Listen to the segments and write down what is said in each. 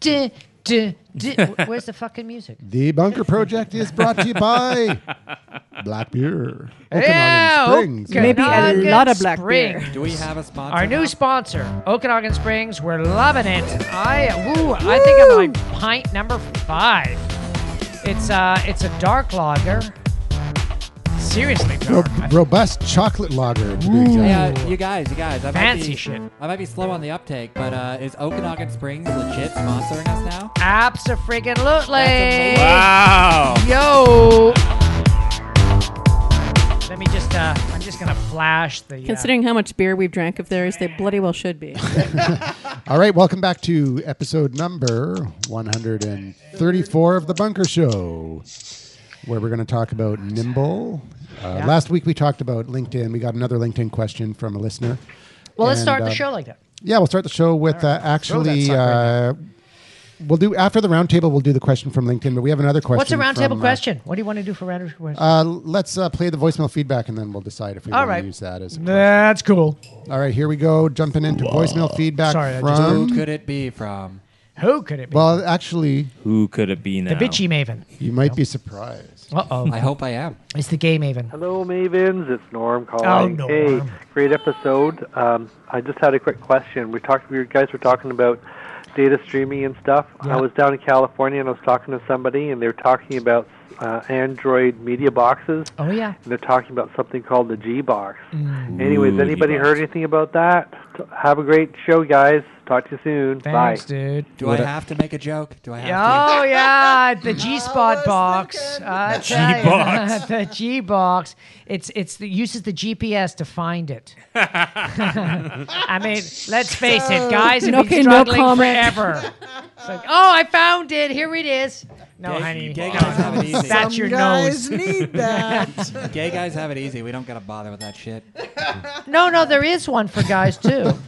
duh, duh, duh. Where's the fucking music? The Bunker Project is brought to you by Black Beer. Yeah, Okanagan Springs. okay. Maybe a Okanagan lot of black Spring. beer. Do we have a sponsor? Our new now? sponsor, Okanagan Springs. We're loving it. I woo, I think I'm like pint number five. It's uh, it's a dark lager. Seriously, dark. Ro- robust chocolate lager. to be exact. Hey, uh, you guys, you guys. I might Fancy be, shit. I might be slow on the uptake, but uh, is Okanagan Springs legit sponsoring us now? Absolutely. That's Wow. Yo. Let me just. Uh, I'm just gonna flash the. uh, Considering how much beer we've drank of theirs, they bloody well should be. All right, welcome back to episode number 134 of The Bunker Show, where we're going to talk about Nimble. Uh, Last week we talked about LinkedIn. We got another LinkedIn question from a listener. well, let's And, start uh, the show like that. Yeah, we'll start the show with uh, actually. sucker right uh, we'll do after the roundtable. We'll do the question from LinkedIn, but we have another question. What's a roundtable from, uh, question? What do you want to do for roundtable question? Uh, let's uh, play the voicemail feedback, and then we'll decide if we All want right. to use that as. That's cool. All right, here we go. Jumping into voicemail feedback Sorry, I just from. Who could it be from? Who could it be? well, actually, Who could it be now? the bitchy maven. you might be surprised. Uh oh. I hope I am. It's the gay maven. Hello, Mavens. It's Norm calling. Oh, Norm. Hey, great episode. Um, I just had a quick question. We talked. We guys were talking about data streaming and stuff. I was down in California and I was talking to somebody, and they were talking about uh, Android media boxes. Oh yeah. And they're talking about something called the G box. Mm. Anyways, anybody G-Box. heard anything about that? T- Have a great show, guys. Talk to you soon. Bye. Thanks, dude. Do I have to make a joke? Do I have to? Oh yeah, the G spot box. I tell ya, G-box. the G box. It's it's the uses the GPS to find it. Oh, I mean, let's face it, guys have Okay, been no struggling comment. forever. It's like, oh, I found it. Here it is. No, Gay- honey, gay no, guys have it easy. that's your nose. need that. Gay guys have it easy. We don't gotta bother with that shit. No, no, there is one for guys too.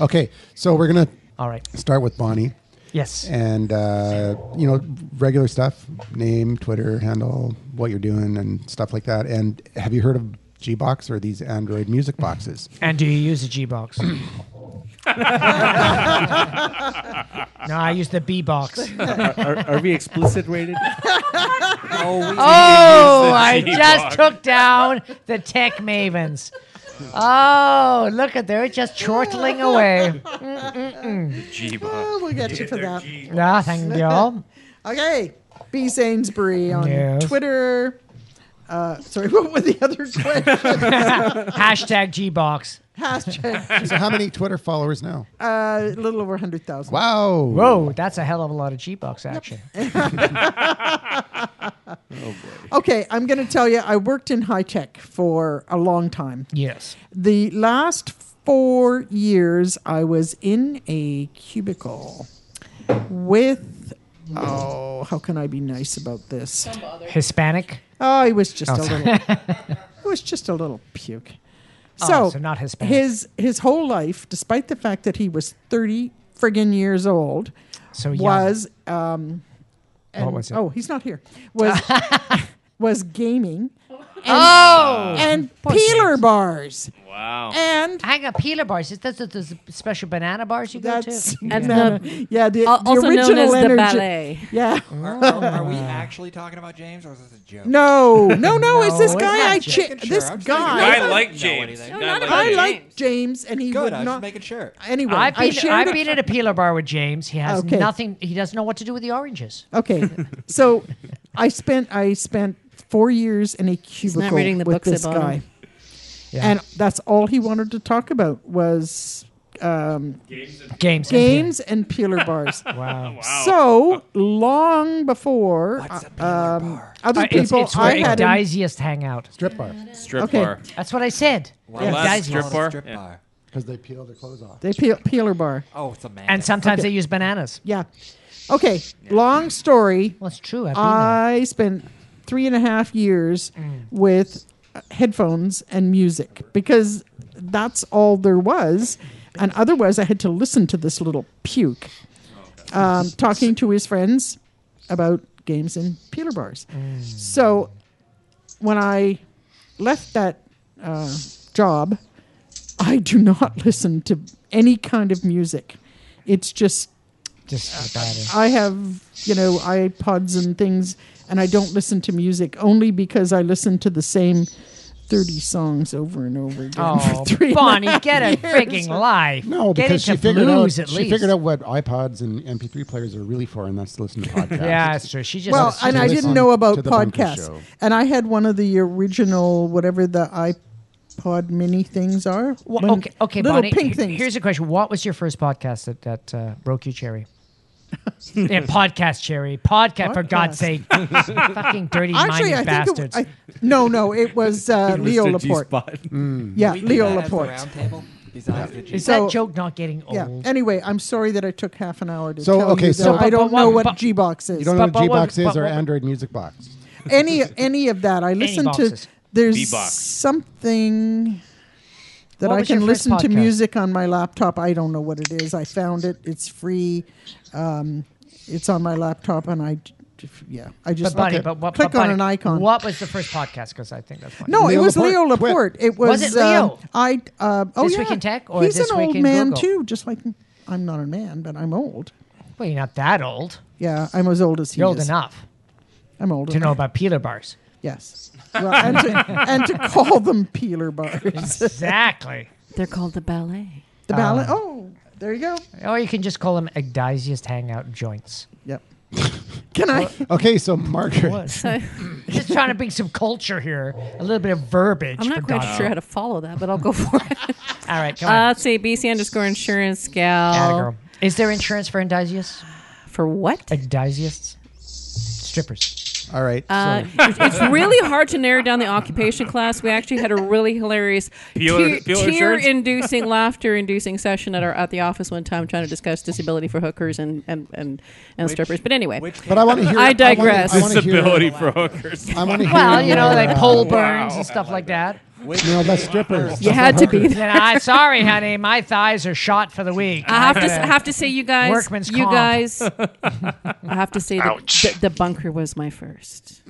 Okay, so we're gonna All right. start with Bonnie, Yes. and uh, you know, regular stuff: name, Twitter handle, what you're doing, and stuff like that. And have you heard of G Box or these Android music boxes? And do you use a G box? no, I use the B box. are, are we explicit rated? Oh, we Oh, I G just box. took down the tech mavens. Oh, look at they're just chortling away. G-Box. we'll get you for that. Ah, thank you. Okay. B Sainsbury on Yes. Twitter. Uh, sorry, what were the other questions? Hashtag G box. Hashtag, So how many Twitter followers now? uh, a little over 100,000. Wow! Whoa, that's a hell of a lot of G box action. Okay, I'm going to tell you, I worked in high tech for a long time. Yes. The last four years, I was in a cubicle with. Oh, how can I be nice about this? Hispanic. Oh, he was just a little. he was just a little puke. So, Oh, so not Hispanic. his his whole life, despite the fact that he was thirty friggin' years old, So young. was um, and- was it? oh he's not here was was gaming Oh, and peeler bars Oh. Wow. and hang on, peeler bars. Is that the, the special banana bars you go that's to? At banana- the- yeah the, Al- the Oh. also known original as the energy ballet. yeah are, Oh, Oh, are we actually talking about James, or is this a joke? no no no is this No, it's guy not I James. chi- this I'm just guy making I sure. like Know James. anything. I like I James. like James and he Good. would I was just not making sure. anyway I've I been, shared I've a- been at a peeler bar with James. He has Okay. nothing. He doesn't know what to do with the oranges. Okay, so I spent I spent four years in a cubicle reading the with books I this bought him. guy, and that's all he wanted to talk about was um, Games. games and peeler bars. Wow. So long before What's a uh, peeler um, bar? other Uh, people, it's, it's where I had him- Ignaziest hang out. Strip bar Strip Okay. bar. That's what I said. Wow. Yes. Last Guys, strip Strip bar? bar. Yeah. because they peel their clothes off. they peel, peeler bar. Oh, it's a man. And sometimes Okay. they use bananas. Yeah. Okay. Long story. Well, it's true. I've been there. I spent three and a half years with uh, headphones and music because that's all there was. And otherwise, I had to listen to this little puke um, talking to his friends about games and peeler bars. So when I left that uh, job, I do not listen to any kind of music. It's just Just about it. I have, you know, iPods and things, and I don't listen to music only because I listen to the same 30 songs over and over again. Oh, for three and a Bonnie, half get a years. freaking life. No, get because into she figured blues out at she least. figured out what iPods and MP3 players are really for, and that's to listen to podcasts. Yeah, that's true. She just Well, Just and to I listen didn't know about to the Bunker podcasts. Show. And I had one of the original, whatever the iPod mini things are. Well, When- okay, okay, little Bonnie. pink he- things. Here's a question: What was your first podcast that that uh, broke your cherry? yeah, podcast cherry, podcast, for Podcast. God's sake, fucking dirty Actually, I minded bastards. think it, I, no, no, it was uh, Leo Laporte. Yeah, We do Leo that as the Laporte. round table besides the G. Is so- that joke not getting old? Yeah. Anyway, I'm sorry that I took half an hour to So, tell okay, you so- that I don't But- but know what- what but- G box is. You don't But- know but what what- G-Box is but or what- Android Music Box. any any of that. I listen to boxes. there's B-box. something that What I was your can first listen to podcast? music on my laptop. I don't know what it is. I found it. It's free. Um, it's on my laptop, and I d- d- yeah, I But just buddy, okay, but what? click but on buddy, an icon. What was the first podcast? Because I think that's fine. No, Leo it was Laporte? Leo Twit. Laporte. It was, Was it Leo? um, I uh, oh This yeah. Week in Tech or he's This an Week old in man Google? too. Just like I'm not a man, but I'm old. well, you're not that old. Yeah, Uh, I'm as old as he You're old is. enough I'm old to enough. know about peeler bars. Yes. Well, and, to, and to call them peeler bars. Exactly. Uh, They're called the ballet. The ballot. Oh, there you go. Um, or you can just call them Agdisiest Hangout Joints. Yep. Can I? Okay, so Margaret, So just trying to bring some culture here, a little bit of verbiage. I'm for not quite God's sure how to follow that, but I'll go for it. sake. All right, come Uh, on. let's see. BC underscore insurance Atta gal. girl. Is there insurance for Agdisiasts? For what? Agdisiasts? Strippers. all right. Uh, so it's it's really hard to narrow down the occupation class. We actually had a really hilarious Peeler- peeler insurance? tear-inducing, laughter-inducing session at our at the office one time, trying to discuss disability for hookers and and and, and strippers. But anyway, Which but I want to hear. I wanna- digress. I want to hear. Disability for hookers. I want to hear. Well, you know, your, like uh, pole burns and stuff like that. No, that's strippers. you had to be. And I, sorry, honey, my thighs are shot for the week. Uh, I have to I have to say, you guys, Workman's you comp. guys, I have to say that the, the bunker was my first.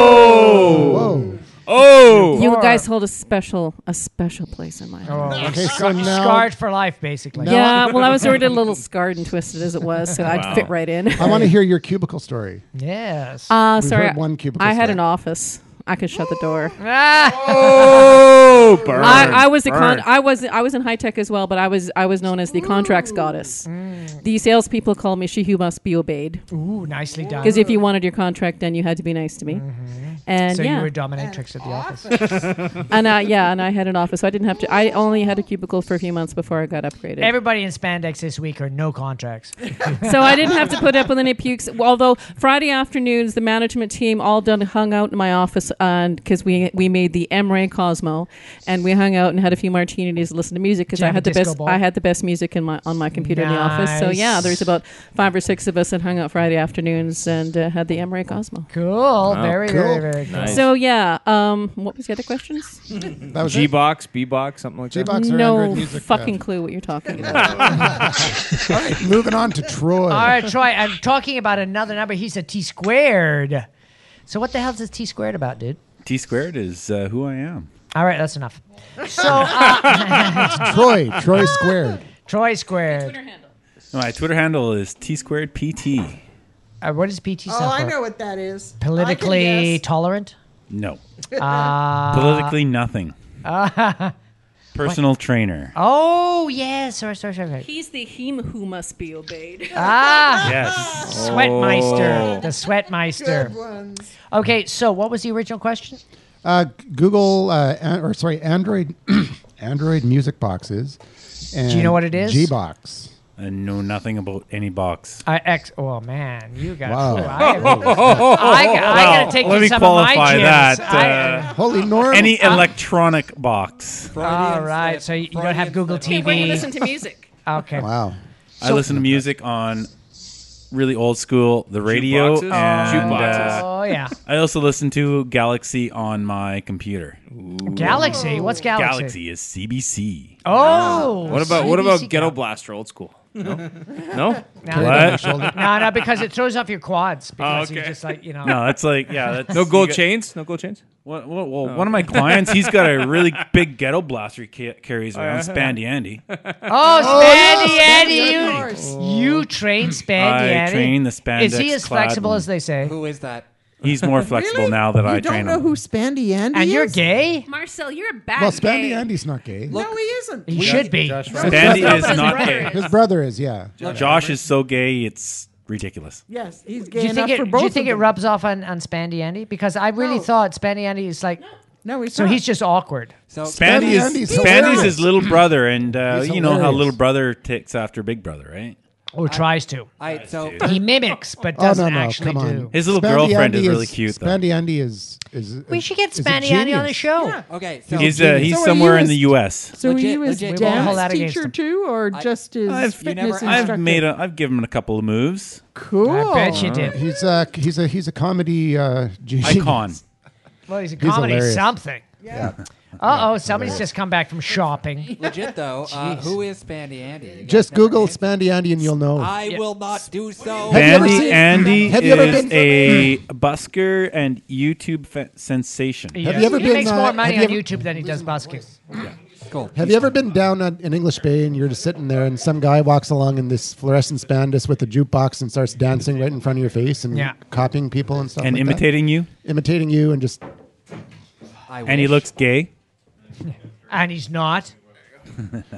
Whoa. Oh, You Or- guys hold a special a special place in my heart. Oh, Okay, so scar- now scarred for life, basically. No. Yeah, well, I was already a little scarred and twisted as it was, so I'd fit right in. I want to hear your cubicle story. Yes. Uh, We've sorry, heard one cubicle I had story. an office. I could shut the door. Ah, oh, burn. I, I was the con- burn. I was I was in high tech as well, but I was I was known as the contracts goddess. The salespeople called me she who must be obeyed ooh, nicely done. Mm-hmm. because if you wanted your contract done, you had to be nice to me. And so yeah, you were dominatrix at the office. and uh, I, yeah, and I had an office. So I didn't have to. I only had a cubicle for a few months before I got upgraded. Everybody in spandex this week are no contracts. so I didn't have to put up with any pukes. Although Friday afternoons, the management team all done hung out in my office, and because we we made the M Ray Cosmo, and we hung out and had a few martinis, and listened to music because Did you I have had a the disco best ball? I had the best music in my on my computer in the office. So yeah, Nice. there's about five or six of us that hung out Friday afternoons and uh, had the M Ray Cosmo. Cool. Oh, very, very, very cool. Nice. So yeah, um, what was the other questions? That was G it. box, B box, something like that. G-Box or no Android music. fucking Uh, clue what you're talking all about. right, moving on to Troy. All right, Troy, I'm talking about another number. He's a T squared. So what the hell is T squared about, dude? T squared is uh, who I am. All right, that's enough. So uh, Troy. Troy squared. Troy squared. My Twitter handle is T squared PT. Uh, what does PT stand Oh, I for? know what that is. I can Politically guess. tolerant. No. Uh, Politically nothing. Personal trainer. Oh yes, sorry, sorry, sorry. sorry. He's the him who must be obeyed. Ah, Yes. Oh. Sweatmeister, the Sweatmeister. Good ones. Okay, so what was the original question? Uh, Google uh, an- or sorry, Android Android music boxes. And Do you know what it is? G box. I know nothing about any box. I ex. Oh man, you got. Wow. Ooh, I, I, I gotta take let you me some of my qualify gems. that, uh, I- Holy Norm. Any electronic box. all right, so you, you don't have Google TV. to music. Okay. wow. I listen to music on really old school, the radio, Jukeboxes? and Jukeboxes. uh, Oh yeah, I also listen to Galaxy on my computer. Galaxy. What's Galaxy? Galaxy is CBC. Oh. What about what about CBC Ghetto Gal- Blaster old school? No, no. No, no, no, no, no, because it throws off your quads. Because you okay. just like you know. No, that's like yeah, that's No you gold got- chains. Oh. No gold chains. Well, well, well, one of my clients, he's got a really big ghetto blaster he ca- carries around, Spandy Andy. Oh, Spandy of Andy, course. you, you train Spandy I Andy. train the spandex. Is he as clad flexible one. as they say? Who is that? He's more flexible Really? now that you I don't train know him. who Spandy Andy And you're is? gay? Marcel, you're a bad Well, Spandy gay. Andy's not gay. No, he isn't. He should be. That's Spandy is his not brother gay. is. His brother is, yeah. Josh is so gay, it's ridiculous. Yes, he's gay Do you enough think it? for Do both you think of it them. rubs off on, on Spandy Andy? Because I really No. thought Spandy Andy is like. No, he's So not. he's just awkward. So Spandy is Andy's Spandy's hilarious. his little brother, and uh, He's you know how hilarious. little brother takes after big brother, right? Or tries to. I so He mimics, but Oh doesn't no, no! actually Come on. do. His little Spandy girlfriend Andy is really cute, though. Spandy Andy is is. We should get is a Spandy Andy on the genius. show. Yeah. okay, so He's uh, he's So are somewhere you in the U.S. so he Legit- was legit. We won't hold that dance against teacher him. too, or just his I've- you never fitness instructor? I've made a, I've given him a couple of moves. cool. I bet you did. He's a he's a he's a comedy uh, genius. Icon. Well, he's a He's comedy hilarious. something. Yeah. Uh oh, somebody's just come back from shopping. legit though. Uh, Jeez. who is Spandy Andy? You guys Just never Google answered. Spandy Andy and you'll know. I will not do so. Have you ever Spandy seen- Andy Have you ever is been- a busker and YouTube fa- sensation. Yes. you ever he been, makes uh, more have money you on ever- YouTube than he does busking. Cool. Have you ever been down at an English bay and you're just sitting there and some guy walks along in this fluorescent spandus with a jukebox and starts dancing right in front of your face and Yeah. copying people and stuff and like that? imitating you, imitating you and just I and he wish. looks gay. And he's not.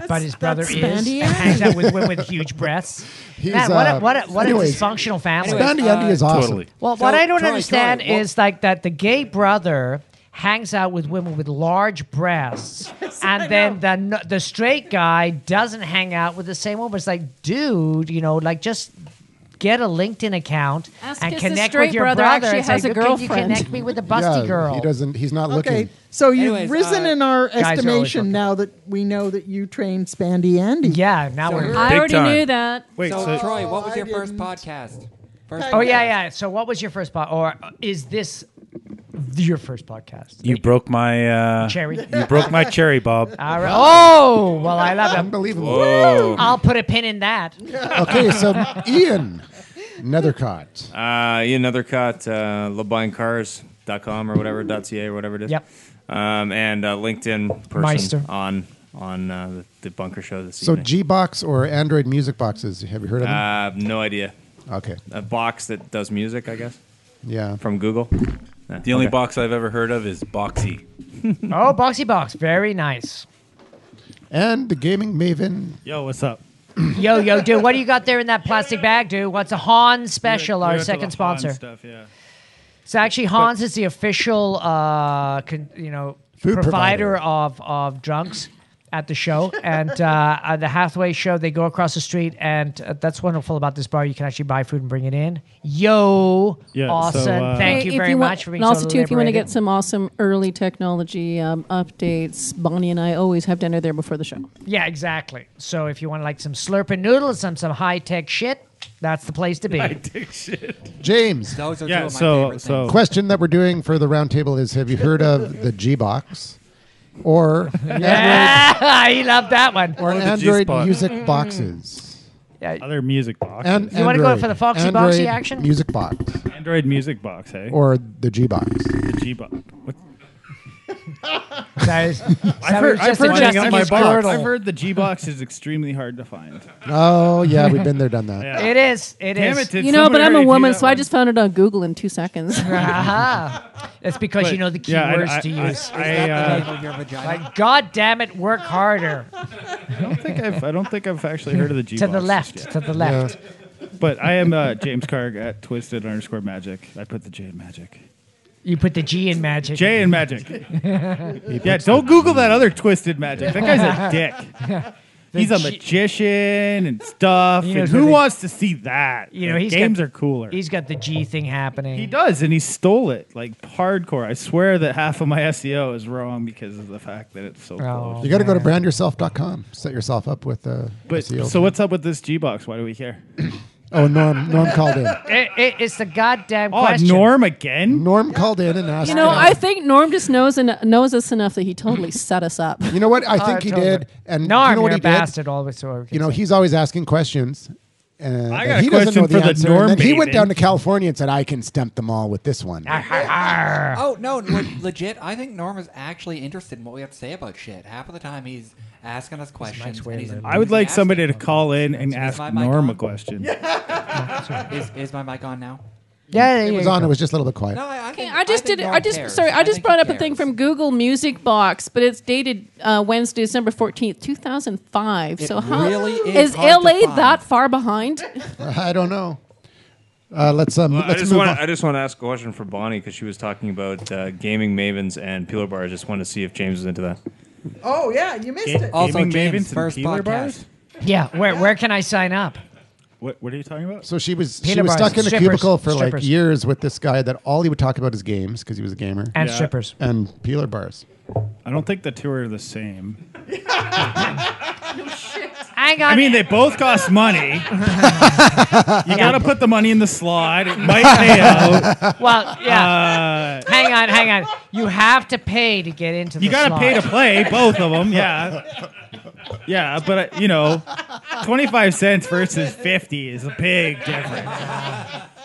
But his brother that's is. Spandy and hangs out with women with huge breasts. he's Man, what a, uh, what a, what a anyways, dysfunctional family. Uh, Anyways. Spandy Andy is awesome. Totally. Well, So, what I don't Troy, understand Troy, what- is like that the gay brother hangs out with women with large breasts, and then the n- the straight guy doesn't hang out with the same woman. It's like, dude, you know, like just get a LinkedIn account Ask and if his connect straight with your brother brother. actually It's has like, a "Can girlfriend." you connect me with the busty yeah, girl. He doesn't. He's not Okay, looking. so you've Anyways, risen uh, in our are always estimation looking. now that we know that you trained Spandy Andy. Yeah, now we're. I Big already time. knew that. Wait, So, so, Troy, what was I your first didn't. podcast? First Oh yeah, yeah. So, what was your first podcast, or is this th- your first podcast? You broke my uh, Cherry. You broke my cherry, Bob. All right. Oh, well, I love it. Unbelievable. I'll put a pin in that. okay, so Ian Nethercott. uh, Ian Nethercott, uh, LeBuyingCars.com or whatever .ca or whatever it is. Yep. Um, and uh, LinkedIn person Meister. on on uh, the, the bunker show this So evening. G Box or Android music boxes? Have you heard of them? uh, no idea. okay. A box that does music, I guess, Yeah. from Google. Yeah, The only okay. box I've ever heard of is Boxy. Oh, Boxy Box, very nice. And the gaming maven. Yo, what's up? Yo, yo, dude, what do you got there in that plastic bag, dude? What's a Han special, We're- we're our into second the Han sponsor? Stuff, yeah. So actually, Hans is the official, uh, con, you know, Food provider, provider. of of drunks at the show, and uh, at the halfway show they go across the street, and uh, that's wonderful about this bar. You can actually buy food and bring it in. Yo, Yeah, so, awesome! uh, Thank Hey, you if very want- much for being And also, so too, if you want to liberated. get some awesome early technology um, updates, Bonnie and I always have dinner there before the show. Yeah, exactly. So if you want like some slurping noodles, some some high tech shit, that's the place to be. James. Those are two Yeah, of my so favorite so things. Question that we're doing for the roundtable is: Have you heard of the G Box or Ah, he loved that one. or the Android G-Spot. music boxes? other music box, And Mm. You wanna go Android- for the Foxy Android Boxy action? Music box Android music box, hey, or the G Box? the G box. What- That is- I've was heard, I've just heard, adjusting my his box. girdle. I've heard the G box is extremely hard to find. Oh yeah, we've been there, done that. Yeah. It is. It Damn is. it, did you know, but somebody I'm a already do woman, that so I one? just found it on Google in two seconds. Aha. It's because you know the key Yeah, I- words I- to I- use. I, Is that the uh, name of your vagina? like, God damn it, work harder. I don't think I've I don't think I've actually heard of the G To box the just left, yet. to the left. But I am uh, James Carg at Twisted underscore Magic. I put the J in Magic. You put the G in magic. J in Magic. yeah, don't Google that other Twisted Magic. That guy's a dick. He's a G- magician and stuff. He And knows who what they- wants to see that? You know, The he's games got- are cooler. He's got the G thing happening. He does, and he stole it like hardcore. I swear that half of my SEO is wrong because of the fact that it's so Oh. close. You got to go to brandyourself.com. Set yourself up with uh, But SEO. so what's up with this G box? Why do we care? Oh, Norm. Norm called in. It- it- it's the goddamn Oh, question. Norm again? Norm called in and asked. You know, uh, I think Norm just knows en- knows us enough that he totally set us up. You know Oh, what? I think I he told did. her. And Norm, you know what you're he a did? bastard. Always, so You know, he's always asking questions. and I that got a he doesn't know question the for the answer. norm and then he went maiden. down to California and said, "I can stump them all with this Ah, one." Ah. Oh no, le- legit. I think Norm is actually interested in what we have to say about shit. Half of the time, he's asking us questions. and he's I would like enthusiastic somebody to about it. call in and Is ask my mic Norm on? a question. Is, is my mic on now? Yeah, It yeah, was yeah. on. It was just a little bit quiet. No, I, I, Okay, think, I just think did. it- Norm I just cares. sorry. I just think brought he up a thing cares. from Google Music Box, but it's dated uh, Wednesday, December fourteenth, two thousand five. It So how really is is hard to LA find. that far behind? I don't know. Uh, let's um, I let's just move want on. I just want to ask a question for Bonnie because she was talking about uh, gaming mavens and peeler bars. I just wanted to see if James was into that. Oh yeah, you missed it. Also, Gaming James, mavens and first peeler podcast. bars? Yeah, where where can I sign up? What, what are you talking about? So she was she Peanut was bars, stuck in a strippers, cubicle for like strippers. years with this guy that all he would talk about is games because he was a gamer And Yeah. strippers. and peeler bars. I don't think the two are the same. Hang on. I mean, they both cost money. you gotta put the money in the slot. It might pay out. well, yeah. Uh, hang on, hang on. You have to pay to get into. you the gotta slot. pay to play both of them. Yeah, yeah, but uh, you know, twenty-five cents versus fifty is a big difference.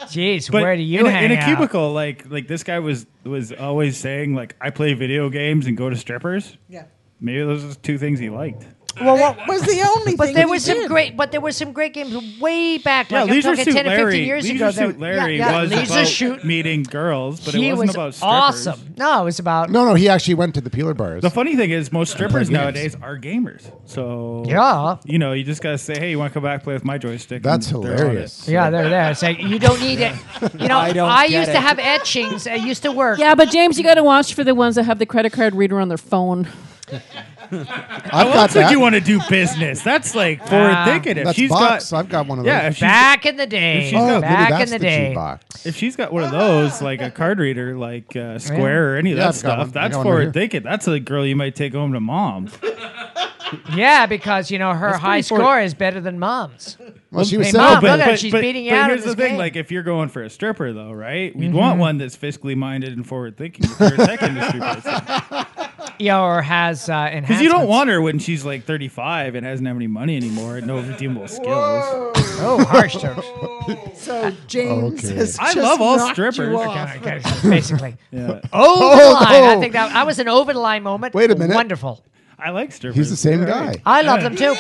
Jeez, But where do you in a, hang in a out? cubicle? Like like this guy was was always saying like I play video games and go to strippers. Yeah. Maybe those are two things he liked. Well, what, Was the only But thing. there he were some did. great, but there were some great games way back. Yeah, Like I'm Leisure talking Suit 10 or 15 Larry. years Leisure ago. there- Suit Larry yeah, yeah, was Leisure about Shoot. meeting girls, but he it wasn't was about strippers. awesome. No, it was about. No, no, he actually went to the peeler bars. The funny thing is, most strippers games. nowadays are gamers. So Yeah. you know, you just gotta say, "Hey, you want to come back and play with my joystick?" That's and they're on it. hilarious. Yeah, they're there. It's like you don't need it. You know, I don't I, get used it. to have etchings. I used to work. yeah, but James, you gotta watch for the ones that have the credit card reader on their phone. I've Well, got that's like that. you want to do business. That's like forward thinking. If That's she's box. got, I've got one of those. yeah, if she's, Back in the day. she's got- oh, back maybe that's in the, the day. Ah. G-box. if she's got one of those, like a card reader, like uh, Square or any of Yeah, that I've got one. stuff, I that's got one right forward here. thinking. That's a girl you might take home to mom. Yeah, because you know her That's high pretty forward- score is better than mom's. Well, she was hey, saying, Mom, oh, look but, at her. She's beating you but out in here's the this thing: game. Mm-hmm. like, if you're going for a stripper, though, right? We'd want one that's fiscally minded and forward thinking for the tech industry because Yeah, or has uh, enhancements. you don't want her when she's like 35 and hasn't have any money anymore and no redeemable skills. Oh, harsh terms. So James Okay. has I just love all knocked you strippers. off. Okay, basically. Yeah. Over the Oh, line. I no. think that I was an over the line moment. Oh, Wait a minute. Wonderful. I like strippers. he's the same They're guy. alright. I love them too. Eh,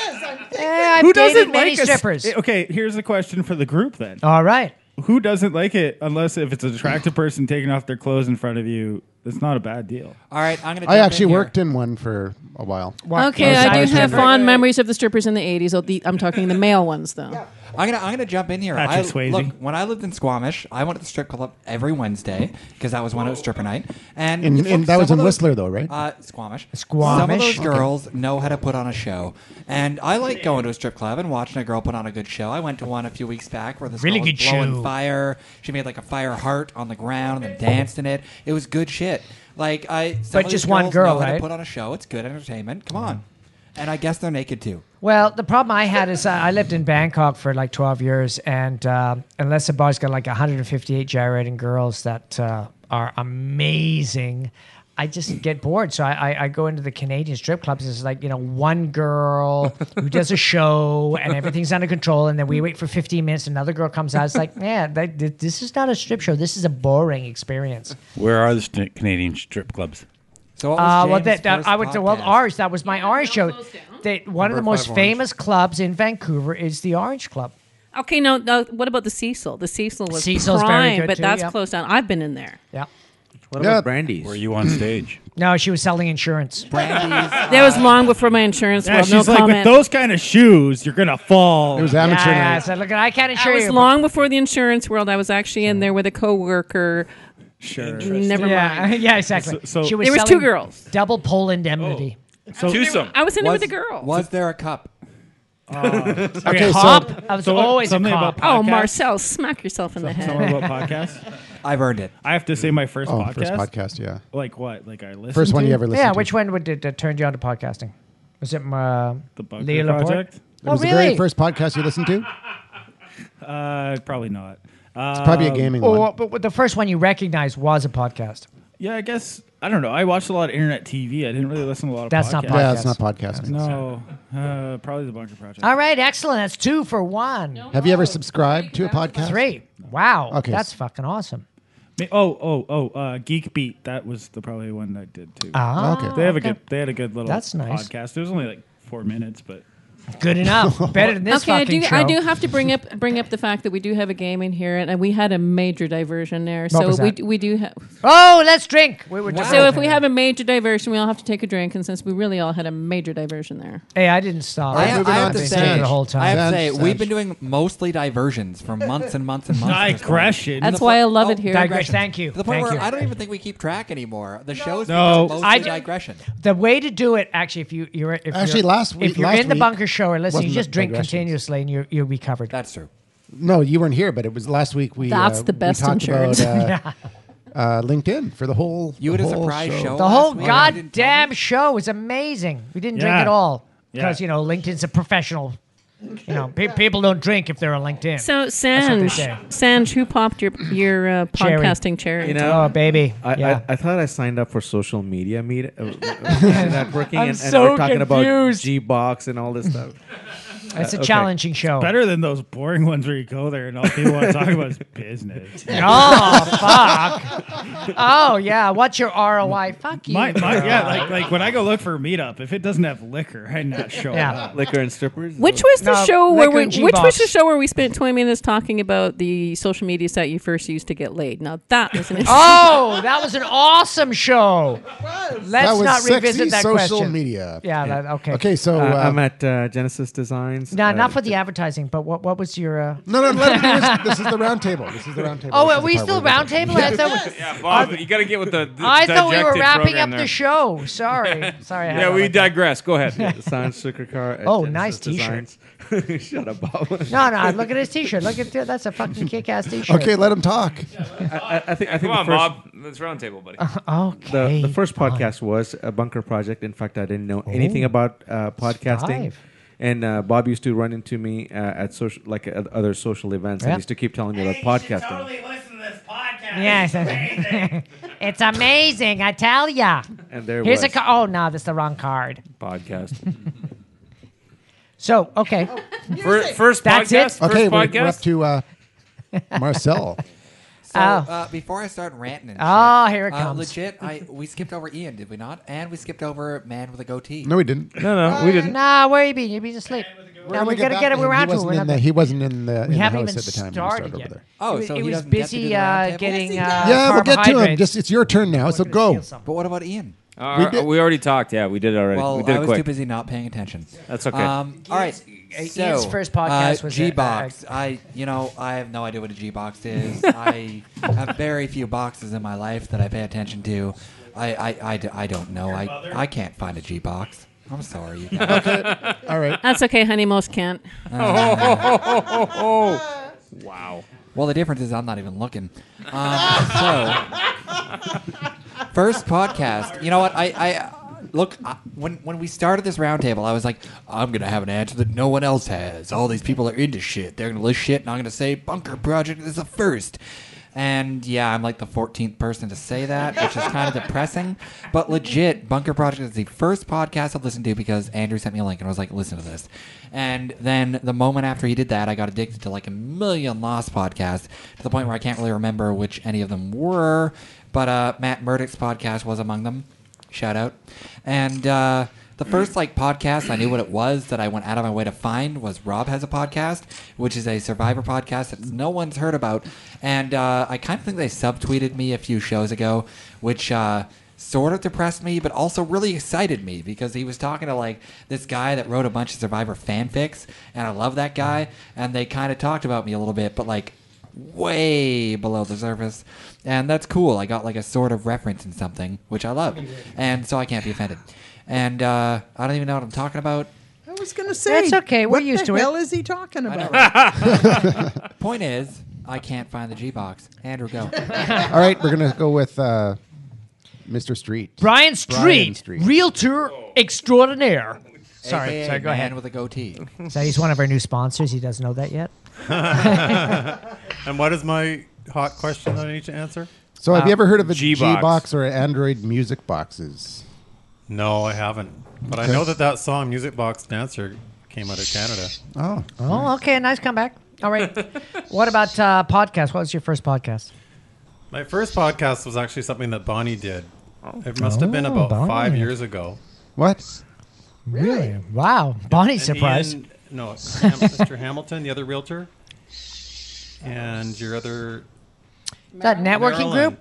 I've Who dated doesn't many like a s- strippers. Eh, okay, here's the question for the group then. All right. Who doesn't like it unless if it's an attractive person taking off their clothes in front of you? That's not a bad deal. All right, I'm gonna. I jump actually in here. worked in one for a while. Oh, Okay, Those I size do have strippers. fond memories of the strippers in the eighties. I'm talking the male ones though. I'm gonna I'm gonna jump in here. Patrick I, Swayze. Look, when I lived in Squamish, I went to the strip club every Wednesday because that was when it was stripper night. And And- look, and that some was of in those- Whistler, though, right? Uh, Squamish. Some of Squamish. those Okay. girls know how to put on a show, and I like going to a strip club and watching a girl put on a good show. I went to one a few weeks back where this Really girl was good blowing show. fire. She made like a fire heart on the ground and then danced in it. It was good shit. Like I, some But of just these one girls girl, know how right? to put on a show. It's good entertainment. Come on, and I guess they're naked too. Well, the problem I had is uh, I lived in Bangkok for like 12 years, and uh, unless the bar's got like 158 gyrating girls that uh, are amazing, I just get bored. So I, I, I go into the Canadian strip clubs. It's like, you know, one girl who does a show and everything's under control, and then we wait for 15 minutes, another girl comes out. It's like, man, that, th- this is not a strip show. This is a boring experience. Where are the st- Canadian strip clubs? So what was Uh, well, James' that, that- first I went to well podcast? Orange. That was my Orange show. closed down. They, one of the most famous clubs in Vancouver is the Orange Club. Okay, no, no. What about the Cecil? The Cecil was Cecil's very prime, good, but too, that's yeah. closed down. I've been in there. Yeah. What Yeah. about Brandy's? Were you on stage? No, she was selling insurance. Brandy's, That was long before my insurance. Yeah, well, she's no like comment. with those kind of shoes, you're gonna fall. It was Yeah, amateur yeah, I night. said, look, I can't That insure was you. long before the insurance world. I was actually in there with a coworker. sure. Never Yeah, mind. yeah, exactly. So- Oh. so- she was There was two selling girls. Double pole indemnity. Twosome. I was in there was, with a girl. was there a cup? Uh, Okay, Cop. I was so what- always a something cop. about oh, podcasts? Marcel, smack yourself in the Tell head. her about podcasts. I've earned it. I have to say my first Oh, podcast. first podcast, yeah. Like what? Like I listened. First one to? you ever listened yeah, to. which one would did, that turned you on to podcasting? Was it uh, The Bunker Leah Laporte? Project. It was oh, the really? very first podcast you listened to? Uh, probably not. Um, Uh, Probably a gaming one. Um, oh, Or but the first one you recognized was a podcast. Yeah, I guess I don't know. I watched a lot of internet TV. I didn't really listen to a lot of. That's podcasts. not Yeah, it's not podcasting. No, uh, probably the Bunker Project. All right, excellent. That's two for one. Have you ever subscribed to a podcast? Three. Wow. Okay. That's fucking awesome. Ma- Oh, oh, oh! Uh, Geek Beat. That was the probably one I did too. Ah, Oh, Okay. They have okay. a good. They had a good little That's nice. podcast. It was only like four minutes, but Good enough. Better than this okay, I do. fucking I show. do have to bring up bring up the fact that we do have a game in here, and we had a major diversion there. What So was we that? we do have. Oh, let's drink. We were So done. if we have a major diversion, we all have to take a drink, and since we really all had a major diversion there, Hey, I didn't I, stop. right, have, moving I have on to to say, Sanj. the whole time. I have to Sanj, say, Sanj. we've been doing mostly diversions for months and months and months. at this point. Oh, digression. that's why I love it here. Digression. Thank you. To the point Thank where you. I don't even think we keep track anymore. The show's No. become I mostly did- digression. The way to do it, actually, if you you're if Actually, you're, last week- if you're last in the week bunker show or listening, you wasn't just drink digressions. continuously and you're you'll be covered. That's true. No, you weren't here, but it was last week. We That's uh, the best we talked insurance. About, uh, uh, LinkedIn for the whole. You the had a whole surprise show. show. the Oh, last whole week, and you didn't tell goddamn me. show was amazing. We didn't drink Yeah. at all Yeah. because you know LinkedIn's a professional. You know, pe- people don't drink if they're on LinkedIn. So what they Sanj, say. Sanj, who popped your your uh, Cherry. podcasting cherry? You oh, know, baby, I, yeah. I, I thought I signed up for social media meet, uh, uh, networking, and, I'm and so we're talking confused. about G box and all this stuff. Uh, it's a okay. challenging show. Uh, better than those boring ones where you go there and all people want to talk about is business. Oh fuck! Oh yeah, what's your ROI? Fuck you. My, my, yeah, like like when I go look for a meetup, if it doesn't have liquor, I'm not showing Yeah. up. Liquor and strippers. Which was the No, show where Liquor we, and which was G-Box. the show where we spent twenty minutes talking about the social media site you first used to get laid? Now that was an interesting. Oh, that was an awesome show. Let's That was not sexy revisit that social question. media. Yeah, that, okay. Okay, so Uh, uh, I'm at uh, Genesis Designs. Now, uh, not for the advertising, but what what was your? Uh... no, no, let me do this, this is the round table. This is the round table. Oh, This is are the we part still where round talking. table? I thought, we- Yeah, Bob, you got to get with the. the I thought we were didactic wrapping up program there. the show. Sorry, sorry. I had Yeah, that we like that. digress. Go ahead. Sanj Sukrikar. at Oh, Genesis nice t-shirt. Designs. Shut up, Bob. No, no. Look at his T-shirt. Look at that. That's a fucking kick-ass T-shirt. Okay, let him talk. I, I- I think I think Come on, the first, Bob. Let's roundtable, buddy. Uh-huh. Okay. Oh, The, the first podcast was a bunker project. In fact, I didn't know anything about uh, podcasting. Strive. And uh, Bob used to run into me uh, at social, like at other social events, Yeah. and used to keep telling me about podcasting. listen to this podcast. Yes. it's amazing. I tell ya. And there Here's a was. ca- Oh no, that's the wrong card. podcast. So okay. Fir- first That's podcast. it? First Okay, we're, we're up podcast. to uh, Marcel. So Oh. uh, before I start ranting and shit, Oh, here it uh, comes. legit, I we skipped over Ian, did we not? And we skipped over man with a goatee. No, we didn't. no, no, Uh, we didn't. Nah, where you been? You've been asleep. We're No, gonna we're gonna back get it. We're him. around he to it. We're wasn't in not- the, he wasn't in the, in We the haven't house even at the time. when we started yet. over there. Oh, it was, so he it was doesn't get to do busy the round uh, table? getting. Yes, uh, he yeah, we'll get to him. carbohydrates. Just it's your turn now, so go. But what about Ian? Uh, We we, did- already talked. Yeah, we did already. Well, we did I it was too quick. busy not paying attention. That's okay. Um, all right. Ian's- so, Ian's first podcast uh, was a- G-Box. I, you know, I have no idea what a G-Box is. I have very few boxes in my life that I pay attention to. I, I, I, d- I don't know. I, I can't find a G-Box. I'm sorry. You guys. All right. That's okay, honey. Most can't. wow. Well, the difference is I'm not even looking. Um, so, first podcast. You know what? I, I look I, when when we started this roundtable, I was like, I'm gonna have an answer that no one else has. All these people are into shit. They're gonna list shit, and I'm gonna say Bunker Project is the first. And yeah, I'm like the 14th person to say that, which is kind of depressing. But legit, Bunker Project is the first podcast I've listened to because Andrew sent me a link and I was like, listen to this. And then the moment after he did that, I got addicted to like a million lost podcasts to the point where I can't really remember which any of them were. But uh, Matt Murdock's podcast was among them. Shout out. And uh, the first like podcast I knew what it was that I went out of my way to find was Rob has a podcast, which is a Survivor podcast that no one's heard about. And uh, I kind of think they subtweeted me a few shows ago, which. Uh, Sort of depressed me, but also really excited me because he was talking to like this guy that wrote a bunch of Survivor fanfics, and I love that guy. And they kind of talked about me a little bit, but like way below the surface. And that's cool. I got like a sort of reference in something, which I love. And so I can't be offended. And uh, I don't even know what I'm talking about. I was going to say. That's okay, we're what used the to it. hell is he talking about? Point is, I can't find the G box. Andrew, go. All right, we're gonna go with uh, Mr. Street. Brian Street, Street. realtor extraordinaire. Sorry, AKA sorry. Go man ahead. With a goatee. So he's one of our new sponsors. He doesn't know that yet. And what is my hot question that I need to answer? So, have Wow. you ever heard of a G-Box. G box or Android music boxes? No, I haven't. But I Okay. know that that song Music Box Dancer came out of Canada. Oh. Oh, okay. Nice comeback. All right. what about uh, podcast? What was your first podcast? My first podcast was actually something that Bonnie did. It must have been Oh, about five Bonnie. years ago. What? Really? Wow. Bonnie's And surprised. Ian- no, it's Ham- Mr. Hamilton, the other realtor, and your other That networking Marilyn. group?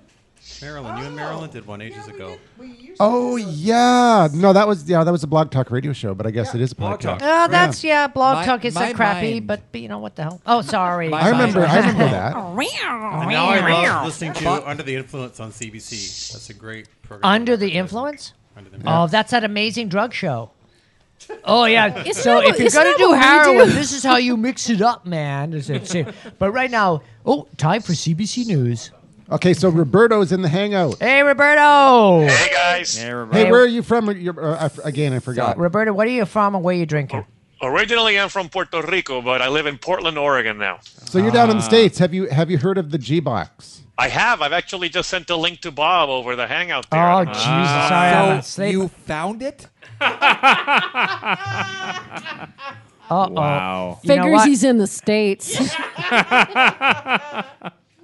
Marilyn, you and Marilyn did one ages ago. Oh yeah, no, that was yeah, that was a Blog Talk radio show, but I guess it is a podcast. Oh, that's yeah. blog My- talk is my a crappy, mind- but but you know what the hell? Oh, sorry. I remember, I remember that. And now I love listening to Under the Influence on CBC. That's a great program. Under the influence. Under the Oh, Influence. that's that amazing drug show. Oh yeah. Isn't so that if what- you're isn't gonna that do what we heroin, do? this is how you mix it up, man. Is it safe? But right now, oh, time for CBC News. Okay, so Roberto's in the hangout. Hey, Roberto. Hey, guys. Hey, Hey, where are you from? You're, uh, I f- again, I forgot. Roberto, what are you from and where you drinking? Originally, I'm from Puerto Rico, but I live in Portland, Oregon now. So you're down in the Ah. states. Have you have you heard of the G box? I have. I've actually just sent a link to Bob over the Hangout there. Ah, Oh, Jesus, sorry, I'm not So you found it? Uh oh. Wow. You know Figures what? he's in the States.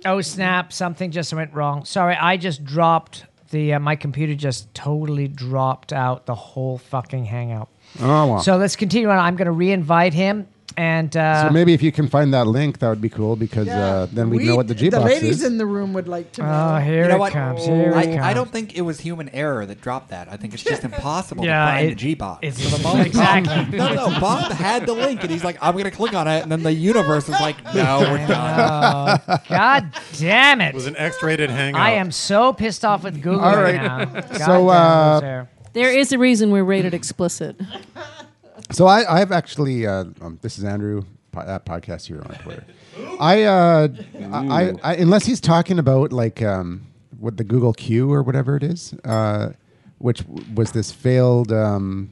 Oh snap! Something just went wrong. Sorry, I just dropped the. Uh, my computer just totally dropped out the whole fucking hangout. Oh, wow. So let's continue on. I'm going to reinvite him, and uh, so maybe if you can find that link, that would be cool because uh, then we'd know what the G box ladies is. in the room would like to know. Oh, Ah, here you know it what? comes, here I, it I comes. don't think it was human error that dropped that. I think it's just impossible Yeah, to find it- the G box. it's the most- exactly. no, no. Bob had the link, and he's like, "I'm gonna click on it," and then the universe is like, "No, we're done." Oh, God damn it! It was an X-rated hangout. I am so pissed off with Google All right right. now. God So, damn, uh, there. There is a reason we're rated explicit. So I, I've actually, uh, um, this is Andrew, po- that podcast here on Twitter. I, uh, I, I- I, unless he's talking about like um, what the Google Q or whatever it is, uh, which w- was this failed um,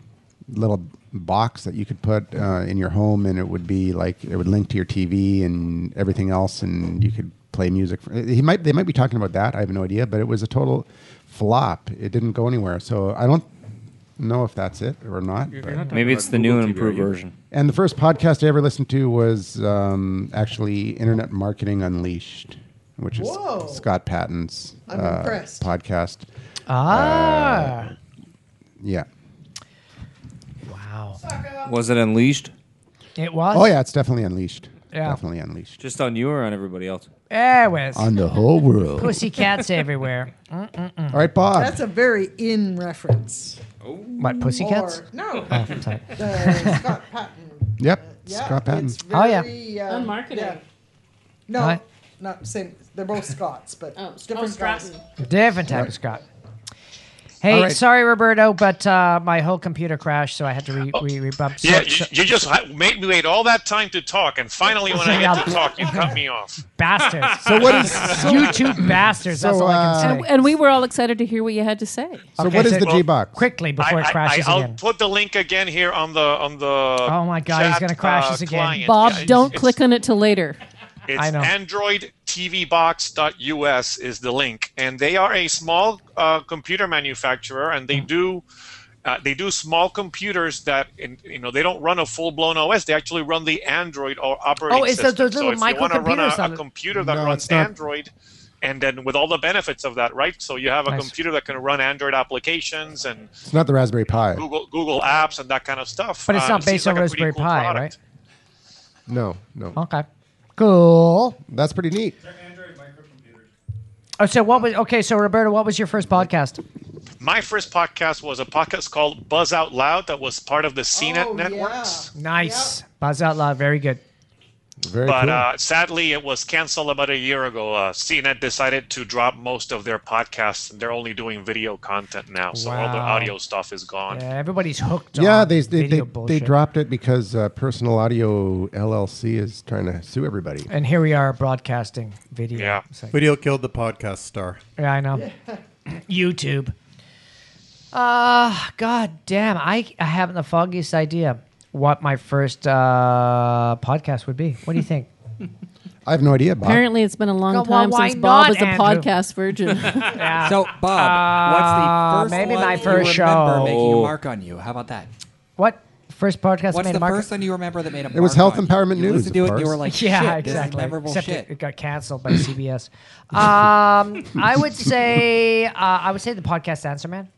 little box that you could put uh, in your home and it would be like, it would link to your TV and everything else and you could play music. For, he might, they might be talking about that. I have no idea, but it was a total flop. It didn't go anywhere. So I don't know if that's it or not. but- Maybe it's the new and improved version. and the first podcast I ever listened to was um, actually Internet Marketing Unleashed, which is Whoa. Scott Patton's I'm uh, impressed. podcast. Ah. Uh, yeah. Was it unleashed? It was. Oh, yeah, it's definitely Unleashed. Yeah. Definitely Unleashed. Just on you or on everybody else? There it was. On the whole world. Pussycats everywhere. All right, Bob. That's a very in reference. What, pussycats? Or- no. Oh, sorry. The Scott Patton. Yep, Yeah, Scott Patton. it's Oh, yeah. very, uh, marketing. yeah. No, Hi. not same. They're both Scots, but Oh, different Scots. Different type of Scott. Hey, All right. sorry, Roberto, but uh, my whole computer crashed, so I had to re, re, re bump. So- Oh. Yeah, so- you, you just ha- made me wait all that time to talk, and finally, when I get to talk, you cut me off. bastards. So what is- you two bastards? That's So, all I can uh, say. And we were all excited to hear what you had to say. So what is the G box? Quickly before it crashes I, I'll again. put the link again here on the on the. uh, Oh my God, he's gonna crash us again. Bob, don't click. click on it till later. It's I know. AndroidTVBox.us is the link, and they are a small uh, computer manufacturer, and they Mm-hmm. do uh, they do small computers that in, you know they don't run a full blown OS. They actually run the Android or operating Oh, it's those- system. those little so if you want to run microcomputers a, that- a computer that No, runs it's not. Android. And then with all the benefits of that, right? So you have a Nice. computer that can run Android applications and It's not the Raspberry Pi. Google Google apps and that kind of stuff. But it's Uh, not it seems based on like a pretty Raspberry cool Pi, product. right? No, no. Okay. Cool. That's pretty neat. Oh, so what was okay? So Roberto, what was your first podcast? My first podcast was a podcast called Buzz Out Loud that was part of the CNET Oh, networks. Nice. Buzz out loud. Very good. Very but cool. uh, sadly, it was canceled about a year ago. Uh, CNET decided to drop most of their podcasts, and they're only doing video content now. So all the Wow. audio stuff is gone. Yeah, everybody's hooked. Yeah, on they they, they, video they bullshit. dropped it because uh, Personal Audio LLC is trying to sue everybody. And here we are broadcasting video. Yeah. It's like- Video killed the podcast star. Yeah, I know. YouTube. Uh, God damn. I, I haven't the foggiest idea what my first uh, podcast would be. What do you think? I have no idea, Bob. Apparently, it's been a long No, well, time why since Bob not, was a Andrew? podcast virgin. Yeah. So, Bob, Uh, what's the first maybe one my you first remember show. making a mark on you? How about that? What first podcast What's made the Mark? first one you remember that made a It was mark Health on you? Empowerment You News. listened to it, of you were course. like, yeah, shit, this is exactly. memorable Except shit. It, it got canceled by CBS. Um, I would say uh, I would say the podcast Answer Man.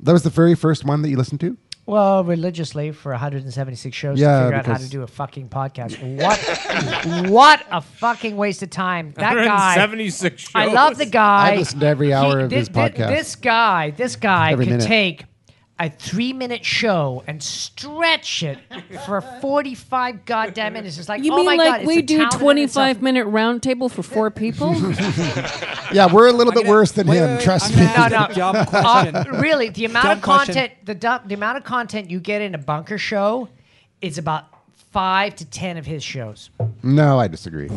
that was the very first one that you listened to. Well, religiously for 176 shows Yeah, to figure out how because- to do a fucking podcast. What? what a fucking waste of time. Uh, That guy. 176 I shows. love the guy. I listened to every hour of his this, podcast. This guy, this guy Every could minute. take a three-minute show and stretch it for 45 goddamn minutes. It's like, You oh mean my like God, we it's a do talent in itself. 25 minute round table for four people? yeah, we're a little bit worse than him. trust me. No, no. Uh, question. really, the amount Dumb of question. content, the du- the amount of content you get in a bunker show, is about five to ten of his shows. No, I disagree.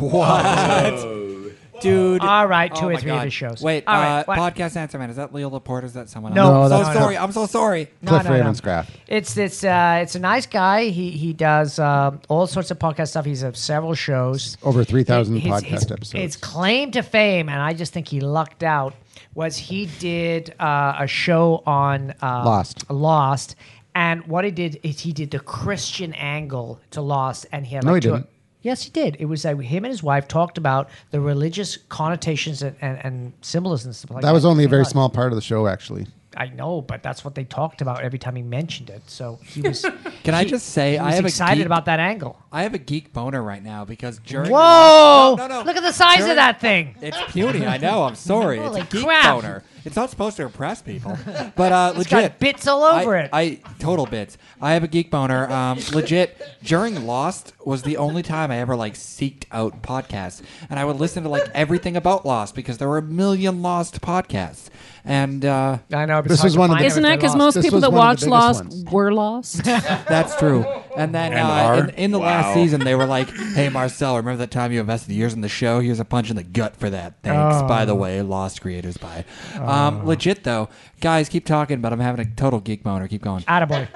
What? Dude. All right, two two or three of his shows. Wait, All right, uh, what? Podcast Answer Man. Is that Leo Laporte or is that someone No, else? I'm that's so sorry. Cliff- I'm so sorry. Cliff Ravenscraft. It's it's uh, it's a nice guy. He he does um, all sorts of podcast stuff. He's of several shows. Over 3,000 His- podcast his- episodes. His claim to fame, and I just think he lucked out, was he did uh, a show on uh, Lost. Lost, and what he did is he did the Christian angle to Lost, and he had No, like he two- didn't. Yes, he did. It was like him and his wife talked about the religious connotations and, and, and symbolism and stuff like that. That was only a very Yeah. small part of the show, actually. I know, but that's what they talked about every time he mentioned it. So he was. Can I he- just say he I was have a excited geek- about that angle? I have a geek boner right now because during. Whoa! No, no, no. Look at the size During- of that thing. It's puny. I know. I'm sorry. Holy it's a geek crap. boner. It's not supposed to impress people, but uh, It's legit got bits all over I- it. I total bits. I have a geek boner. Um, legit. During Lost was the only time I ever like seeked out podcasts, and I would listen to like everything about Lost because there were a million Lost podcasts. And uh, I know. This was one of the- Isn't that because most people that watch Lost were lost? That's true. And then And uh, are? in, in the last Wow. season, they were like, "Hey, Marcel, remember that time you invested years in the show? Here's a punch in the gut for that. Thanks, Oh. by the way, Lost creators. Bye." Oh. Um, legit though, guys, keep talking, but I'm having a total geek boner. Keep going. Attaboy.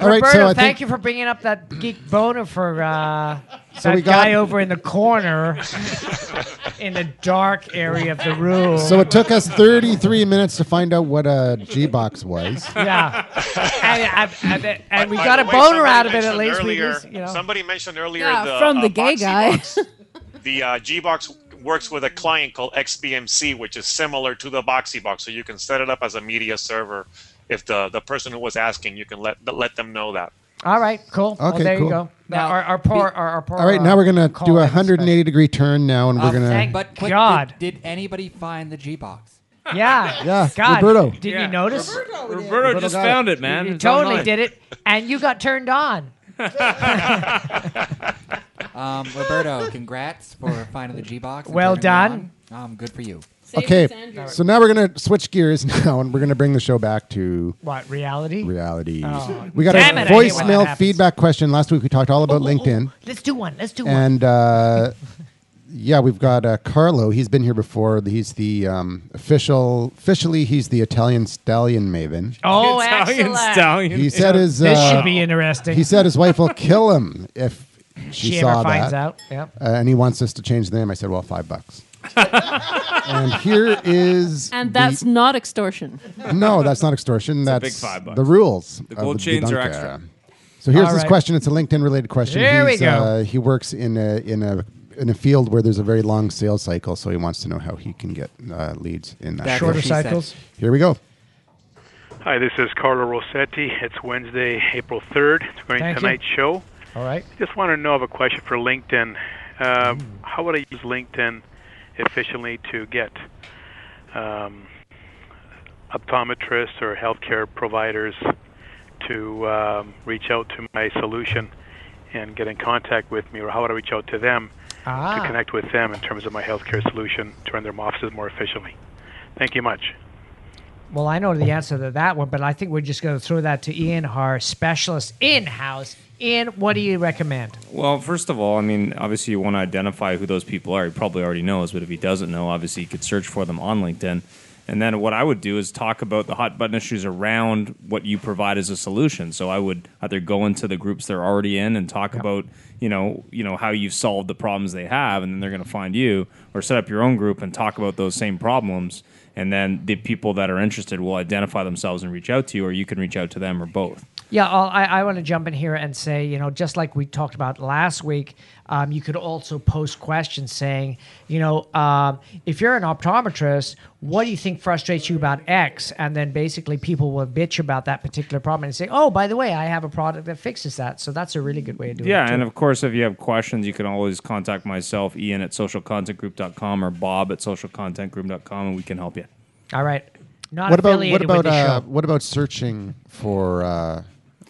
All right, Roberto, so I thank think- you for bringing up that geek boner for uh, So that we got- guy over in the corner, in the dark area of the room. So it took us 33 minutes to find out what a G box was. yeah, and, and, and, and we By got the a way, boner somebody out of it at mentioned least. we Earlier, just, you know. Somebody mentioned earlier Yeah, the, from uh, the gay boxy guy. box. the uh, G box works with a client called XBMC, which is similar to the Boxy box. So you can set it up as a media server. If the, the person who was asking, you can let let them know that. All right, cool. well, Okay, there cool. you go. Now, our, our poor, our, our poor. uh, All right, now we're going to do a 180 degree turn now, and we're Um, going to. but quick, Oh, God. Did, did anybody find the G box? Yeah. Yeah, God, Roberto. Didn't you notice? Roberto, Roberto just got found it, man. You It's totally online. did it, and you got turned on. Um, Roberto, congrats for finding the G box. and Well turning it on. Um, good for you. Okay, so now we're going to switch gears now, and we're going to bring the show back to What reality? reality. Oh, we got damn a it, I hate when that voicemail happens. Oh, feedback question. Last week we talked all about LinkedIn. Let's do one. Let's do one. and uh, yeah, we've got uh, Carlo. He's been here before. He's the um, official, officially, he's the Italian stallion maven. Oh, Italian excellent. stallion. He said his. This uh, should be interesting. He said his wife will kill him if she, She ever saw finds that. out, yep. Uh, and he wants us to change the name. I said, well, five bucks. and here is And that's not extortion. the, no, that's not extortion. a that's big five bucks. the rules. The of gold chains are Debunka. extra. So here's All this right. question. It's a LinkedIn related question. There we He's, go. Uh, he works in a in a in a field where there's a very long sales cycle, so he wants to know how he can get uh, leads in that. That's field. Shorter what she said. cycles. Here we go. Hi, this is Carlo Rossetti. It's Wednesday, April 3rd. It's going to Thank you. tonight's show. All right. Mm. Just want to know of a question for LinkedIn. Uh, how would I use LinkedIn efficiently to get um, optometrists or healthcare providers to um, reach out to my solution and get in contact with me, or how would I reach out to them to Ah. connect with them in terms of my healthcare solution to run their offices more efficiently? Thank you much. Well, I know the answer to that one, but I think we're just going to throw that to Ian Har, specialist in house. Ian, what do you recommend? Well, first of all, I mean, obviously you want to identify who those people are. He probably already knows, but if he doesn't know, obviously you could search for them on LinkedIn. And then what I would do is talk about the hot button issues around what you provide as a solution. So I would either go into the groups they're already in and talk about, you know, you know how you've solved the problems they have, and then they're going to find you, or set up your own group and talk about those same problems. And then the people that are interested will identify themselves and reach out to you, or you can reach out to them, or both. Yeah, I'll, I, I want to jump in here and say, you know, just like we talked about last week, um, you could also post questions saying, you know, um, if you're an optometrist, what do you think frustrates you about X? And then basically people will bitch about that particular problem and say, oh, by the way, I have a product that fixes that. So that's a really good way of doing it. yeah, too. and of course, if you have questions, you can always contact myself, Ian at socialcontentgroup.com, or Bob at socialcontentgroup.com, and we can help you. All right. Not what about what affiliated about with the show. uh, what about searching for uh,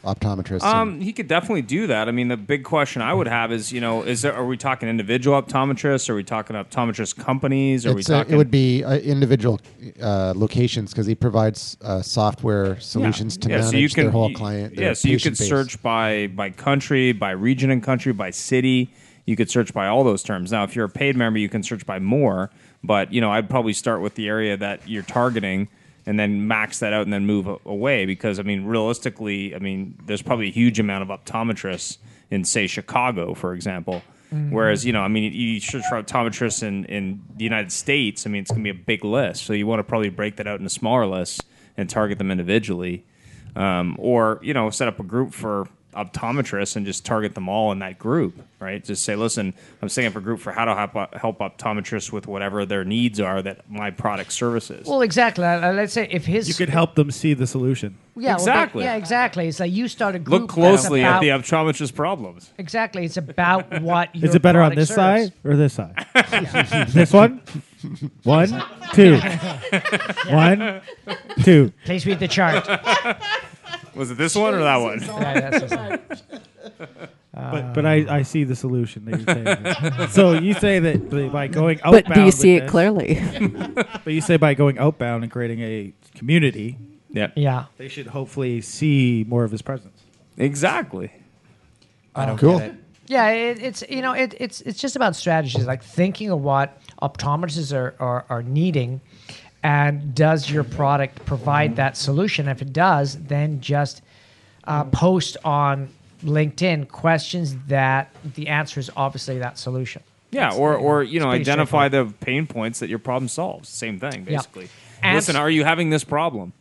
optometrists? and- Um, he could definitely do that. I mean, the big question I would have is, you know, is there are we talking individual optometrists? Are we talking optometrist companies? Are we It's a- talking? it would be uh, individual uh, locations because he provides uh, software solutions to manage their whole you- client. Yeah, their so you patient could base. search by by country, by region and country, by city. You could search by all those terms. Now, if you're a paid member, you can search by more. But you know, I'd probably start with the area that you're targeting, and then max that out, and then move a- away. Because I mean, realistically, I mean, there's probably a huge amount of optometrists in, say, Chicago, for example. Mhm. Whereas, you know, I mean, you search for optometrists in, in the United States, I mean, it's going to be a big list. So you want to probably break that out into smaller lists and target them individually. Um, or, you know, set up a group for optometrists and just target them all in that group, right? Just say, listen, I'm setting up a group for how to help, uh, help optometrists with whatever their needs are that my product services. Well, exactly. Uh, let's say if his. You could help them see the solution. Yeah, well, they- Exactly. yeah, exactly. It's like you start a group. Look that's closely about, at the optometrist problems. Exactly. It's about what. Your Is it better on product this serves. side or this side? this one? One, two. one, two. Please read the chart. Was it this one or that one? Yeah, that's this one. But, but I, I see the solution that you're saying. so you say that by- by going But do you outbound. with see it this- clearly? but you say by going outbound and creating a community. Yeah. Yeah. They should hopefully see more of his presence. Exactly. I don't Cool. Yeah, it, it's you know it, it's it's just about strategies, like thinking of what optometrists are, are are needing, and does your product provide that solution? If it does, then just uh, post on LinkedIn questions that the answer is obviously that solution. Yeah, It's, or, or you it's know, pretty identify the pain points that your problem solves. Same thing, Yeah. basically. And- Listen, are you having this problem?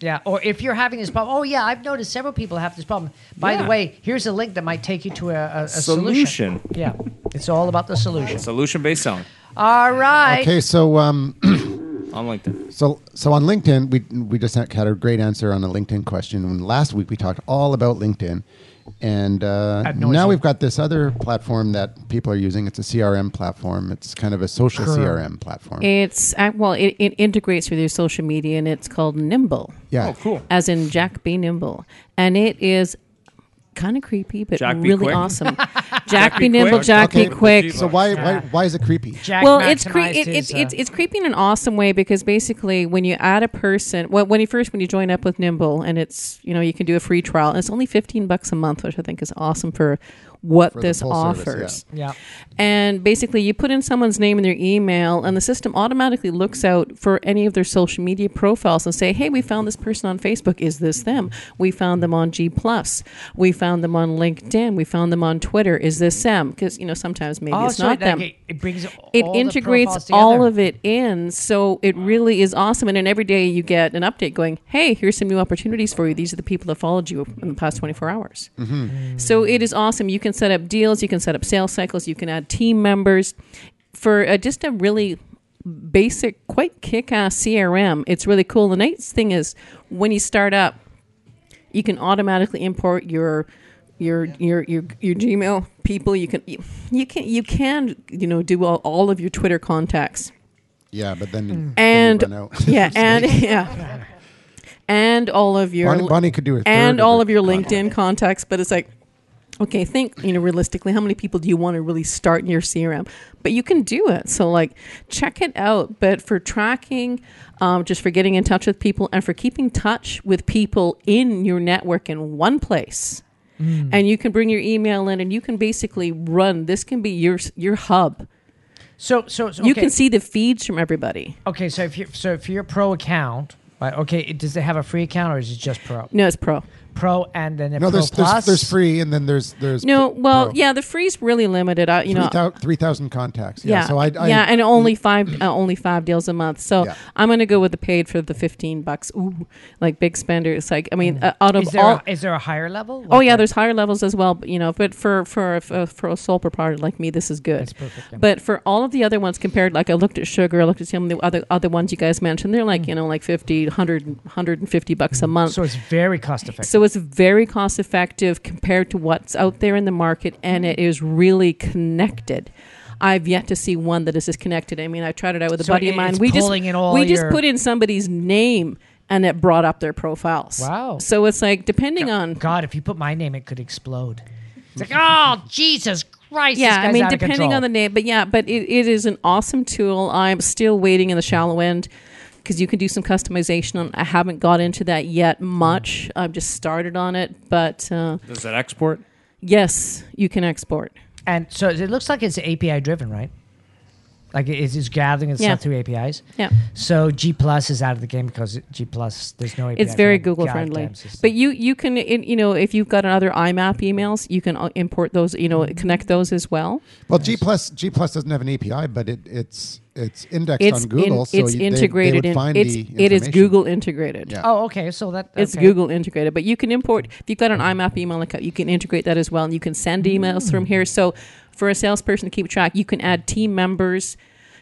Yeah, or if you're having this problem, oh yeah, I've noticed several people have this problem. By Yeah. the way, here's a link that might take you to a, a, a Solution. Yeah, it's all about the solution. Solution based selling All right. Okay, so um, on LinkedIn. So so on LinkedIn, we we just had a great answer on a LinkedIn question. And last week we talked all about LinkedIn, and uh, Ad nauseam. now we've got this other platform that people are using. It's a CRM platform. It's kind of a social Correct. CRM platform. It's uh, well, it, it integrates with your social media, and it's called Nimble. Yeah. Oh, cool. As in Jack B. Nimble, and it is kind of creepy, but Jack B. really Quick? awesome. Jack B. Nimble, Jack okay, B. Quick. So why why why is it creepy? well, it's cre- it, it, uh, it's it's creepy in an awesome way because basically when you add a person, well, when you first when you join up with Nimble and it's you know you can do a free trial and it's only fifteen bucks a month, which I think is awesome for what For the this full service, yeah. offers. Yeah. And basically, you put in someone's name and their email, and the system automatically looks out for any of their social media profiles and say, "Hey, we found this person on Facebook. Is this them? We found them on G Plus. We found them on LinkedIn. We found them on Twitter. Is this them? Because you know sometimes maybe Oh, it's so not it, like, them. it- it brings it all the profiles integrates together. all of it in, so it really is awesome. And then every day you get an update going, "Hey, here's some new opportunities for you. These are the people that followed you in the past 24 hours." Mm-hmm. So it is awesome. You can set up deals, you can set up sales cycles, you can add team members for uh, just a really basic, quite kick ass CRM. It's really cool. The nice thing is when you start up, you can automatically import your. Your, your your your Gmail people you can you, you can you can you know do all, all of your Twitter contacts yeah, but then, Mm. then you and run out. yeah, So- and yeah, and all of your Bonnie- Bonnie could do a and third of all her of your LinkedIn contacts. But it's like, okay, think you know realistically, how many people do you want to really start in your CRM? But you can do it. So like, check it out. But for tracking, um, just for getting in touch with people and for keeping touch with people in your network in one place Mm. and you can bring your email in and you can basically run this can be your your hub So, so, so You okay. can see the feeds from everybody. Okay, so if you so if you're a pro account, right? Okay, it, does it have a free account or is it just pro? No, it's pro. Pro and then a No, pro there's, plus. there's there's free, and then there's there's No, pro- well, pro. yeah, the free's really limited. I, you know, three thousand contacts. Yeah, yeah, so I, I yeah, and only five, uh, only five deals a month. So Yeah. I'm going to go with the paid for the 15 bucks. Ooh, like big spender. It's like I mean, uh, out of Mm. is there all, a, is there a higher level? Oh yeah, there's higher levels as well, but, you know. But for for a- for, for a sole proprietor like me, this is good. perfect, yeah. But for all of the other ones compared, like I looked at sugar, I looked at some of the other other ones you guys mentioned. They're like you know like 50, 100, 150 bucks a month. Mm. So it's very cost effective. So it's very cost effective compared to what's out there in the market, and it is really connected. I've yet to see one that is as connected. I mean, I tried it out with a So buddy of it- mine. it's We just pulling in all we just your- put in somebody's name, and it brought up their profiles. Wow. So it's like depending on God, if you put my name, it could explode. It's like, oh Jesus Christ! Yeah, this guy's I mean, out of depending control. on the name, but yeah, but it, it is an awesome tool. I'm still waiting in the shallow end because you can do some customization. On, I haven't got into that yet much. I've just started on it, but uh, Does that export? yes, you can export. And so it looks like it's API driven, right? Like it- it's, it's gathering and Yeah. stuff through APIs. Yeah. So G plus is out of the game because it- G plus there's no API. it's very for that Google goddamn friendly. system. But you you can in, you know if you've got another IMAP emails, you can uh, import those. You Mm-hmm. know, connect those as well. well, G plus G plus doesn't have an API, but it, it's it's indexed It's on Google, in- so it's you- they- integrated They, would in- find it's- the it is information. Google integrated. Yeah. Oh, okay. So that It's okay. Google integrated, but you can import if you've got an IMAP email account, you can integrate that as well, and you can send emails Mm. from here. So, for a salesperson to keep track, you can add team members,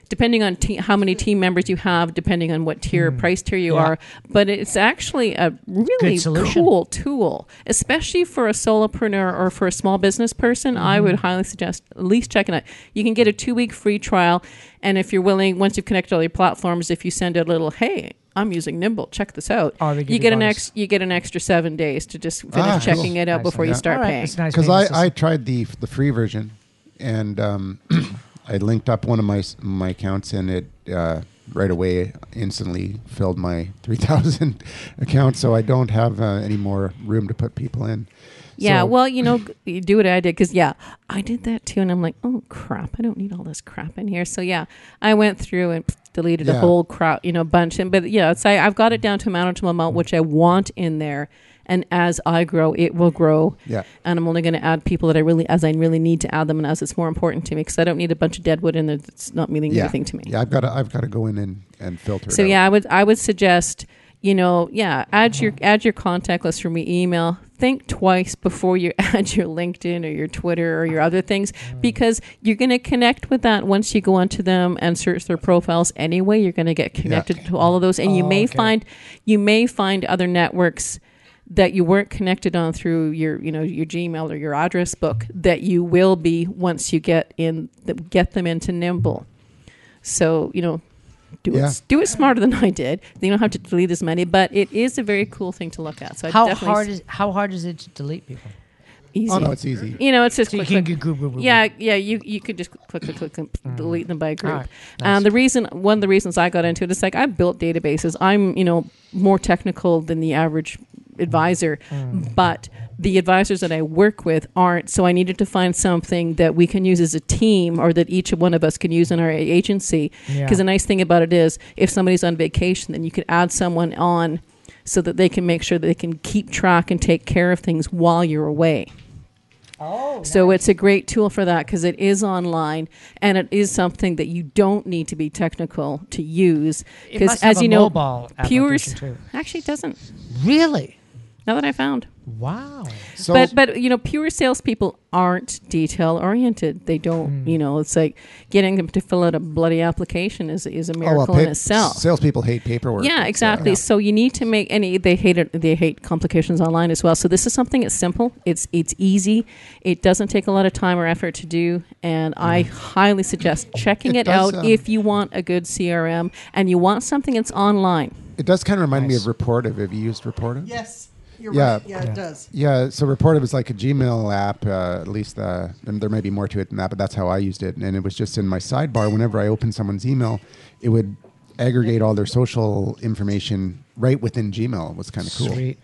depending on te- how many team members you have, depending on what tier Mm. price tier you Yeah. are. But it's actually a really Good solution. cool tool, especially for a solopreneur or for a small business person. I Mm-hmm. would highly suggest at least checking it. out. You can get a two week free trial, and if you're willing, once you've connected all your platforms, if you send a little hey. I'm using Nimble. Check this out Oh, they give you you get an bonus. ex, you get an extra seven days to just finish Ah, checking cool. it out Nice, before yeah. you start paying. Because I, I tried the the free version, and um, I linked up one of my s- my accounts, and it uh, right away instantly filled my three thousand accounts. So I don't have uh, any more room to put people in. yeah, So- well, you know, g- you do what I did because yeah, I did that too, and I'm like, oh crap, I don't need all this crap in here. So yeah, I went through and pff, deleted a Yeah. whole crowd, you know, bunch. And but yeah, it's I, I've got it down to a manageable amount, which I want in there. And as I grow, it will grow. Yeah. And I'm only going to add people that I really, as I really need to add them, and as it's more important to me, because I don't need a bunch of deadwood in there that's not meaning yeah. anything to me. Yeah, I've got to I've got to go in and and filter. it So out. yeah, I would I would suggest you know yeah add your add your contact list from your email. Think twice before you add your LinkedIn or your Twitter or your other things Mm. because you're going to connect with that once you go onto them and search their profiles anyway. You're going to get connected to all of those, and you Oh, may okay. find you may find other networks that you weren't connected on through your you know your Gmail or your address book that you will be once you get in get them into Nimble. So you know, do Yeah. it do it smarter than I did. Then you don't have to delete as many, but it is a very cool thing to look at. So I how definitely hard s- is how hard is it to delete people? easy. Oh, no, it's easy. You know, it's just So you click, can click. go Google, Google. Yeah, yeah. You you could just click click click and delete them by group. Mm-hmm. All right. Um, the reason one of the reasons I got into it is like I built databases. I'm you know more technical than the average advisor, Mm. but the advisors that I work with aren't. So I needed to find something that we can use as a team, or that each one of us can use in our agency. Yeah. Because the nice thing about it is, if somebody's on vacation, then you could add someone on. So that they can make sure that they can keep track and take care of things while you're away. Oh, So it's a great tool for that because it is online and it is something that you don't need to be technical to use. It Because must have as a you know, mobile Pure's application, actually doesn't. Really? Now that I found. Wow. So- but but you know, pure salespeople aren't detail oriented. They don't. You know, it's like getting them to fill out a bloody application is is a miracle in pa- itself. Oh, Salespeople hate paperwork. Yeah, exactly. So you need to make any. They hate it. They hate complications online as well. So this is something that's simple. It's it's easy. It doesn't take a lot of time or effort to do. And I highly suggest checking It it, does, out um, if you want a good CRM and you want something that's online. It does kind of remind me of Reportive. Have you used Reportive? Yes, you're yeah. right. Yeah, it does. Yeah, so Reportive is like a Gmail app, uh, at least, uh, and there may be more to it than that, but that's how I used it. And it was just in my sidebar. Whenever I opened someone's email, it would aggregate all their social information right within Gmail. It was kind of cool. Sweet.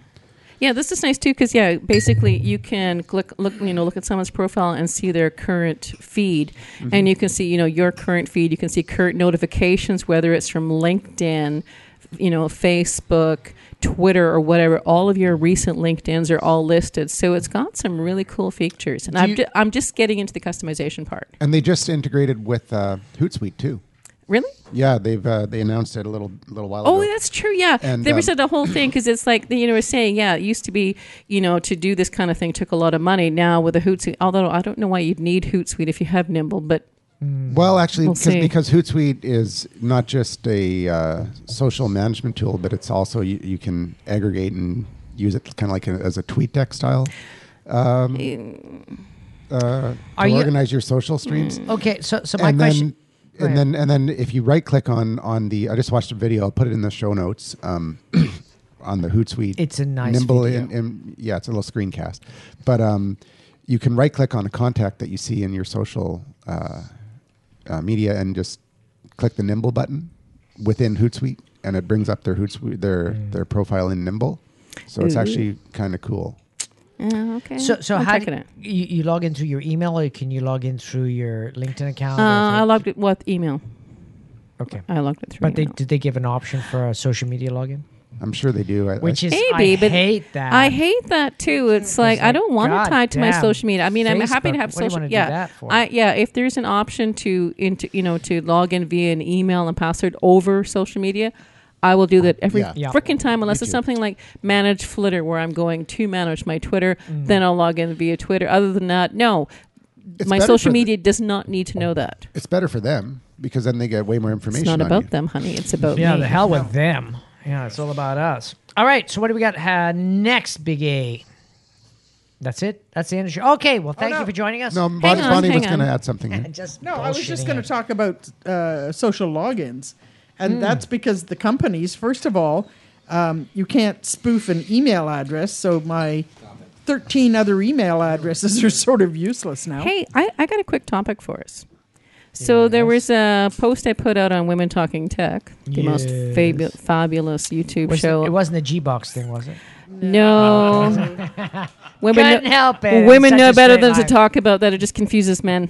Yeah, this is nice too because yeah, basically you can click, look, you know, look at someone's profile and see their current feed, Mhm. Mm-hmm. and you can see, you know, your current feed. You can see current notifications, whether it's from LinkedIn, you know, Facebook, Twitter, or whatever. All of your recent LinkedIn's are all listed, so it's got some really cool features. And Do I'm, you- ju- I'm just getting into the customization part. And they just integrated with uh, Hootsuite too. Really? Yeah, they've uh, they announced it a little little while Oh, ago. that's true. Yeah, And, they were um, said the whole thing because it's like you know, we're saying yeah, it used to be you know to do this kind of thing took a lot of money. Now with the Hootsuite, although I don't know why you'd need Hootsuite if you have Nimble, but Hmm. Well, actually, We'll 'cause- see. because Hootsuite is not just a uh, social management tool, but it's also you, you can aggregate and use it kind of like a, as a tweet deck style. Um, uh, Are to you- organize your social streams. Okay, so- so my and then- question- Go and ahead. then and then if you right click on on the, I just watched a video. I'll put it in the show notes. Um, on the Hootsuite, It's a nice nimble video. in- in- yeah, it's a little screencast, but um, you can right click on a contact that you see in your social uh, uh, media and just click the Nimble button within Hootsuite, and it brings up their Hootsuite their Mm. their profile in Nimble. So it's Mm-hmm. Ooh. actually kind of cool. Yeah, okay. So, so I'm how checking do it. you, you log in through your email, or can you log in through your LinkedIn account? Uh, or I something? logged it with email. okay, I logged it through. But they, did they give an option for a social media login? I'm sure they do. I, Which is Maybe, I but hate that. I hate that too. It's like, I don't want God to tie it to my damn, social media. I mean, I'm happy to Facebook, have what do you social. wanna do yeah, that for? I yeah. If there's an option to into you know to log in via an email and password over social media, I will do that every Yeah. Yeah. frickin' time Me unless it's too. something like manage Flitter where I'm going to manage my Twitter. Mm. Then I'll log in via Twitter. Other than that, no. It's my better for social the- media does not need to know that. It's better for them because then they get way more information. It's not on about you. them, honey. It's about yeah, me. the hell with them. Yeah, it's all about us. All right, so what do we got uh, next, Big A? That's it. That's the end of the show. Okay, well, thank you for joining us. Oh, No, Hang Bonnie- on, Bonnie was hang gonna on. add something here. Just No, I was just bullshitting going it. to talk about uh, social logins, and Mm. that's because the companies, first of all, um, you can't spoof an email address. So my thirteen other email addresses are sort of useless now. Hey, I, I got a quick topic for us. So there was a post I put out on Women Talking Tech, the most fabu- Yes. fabulous YouTube Was it- show. It wasn't a G box thing, was it? no, women Couldn't know, help it. It was Women such know a better straight than line. to talk about that. It just confuses men.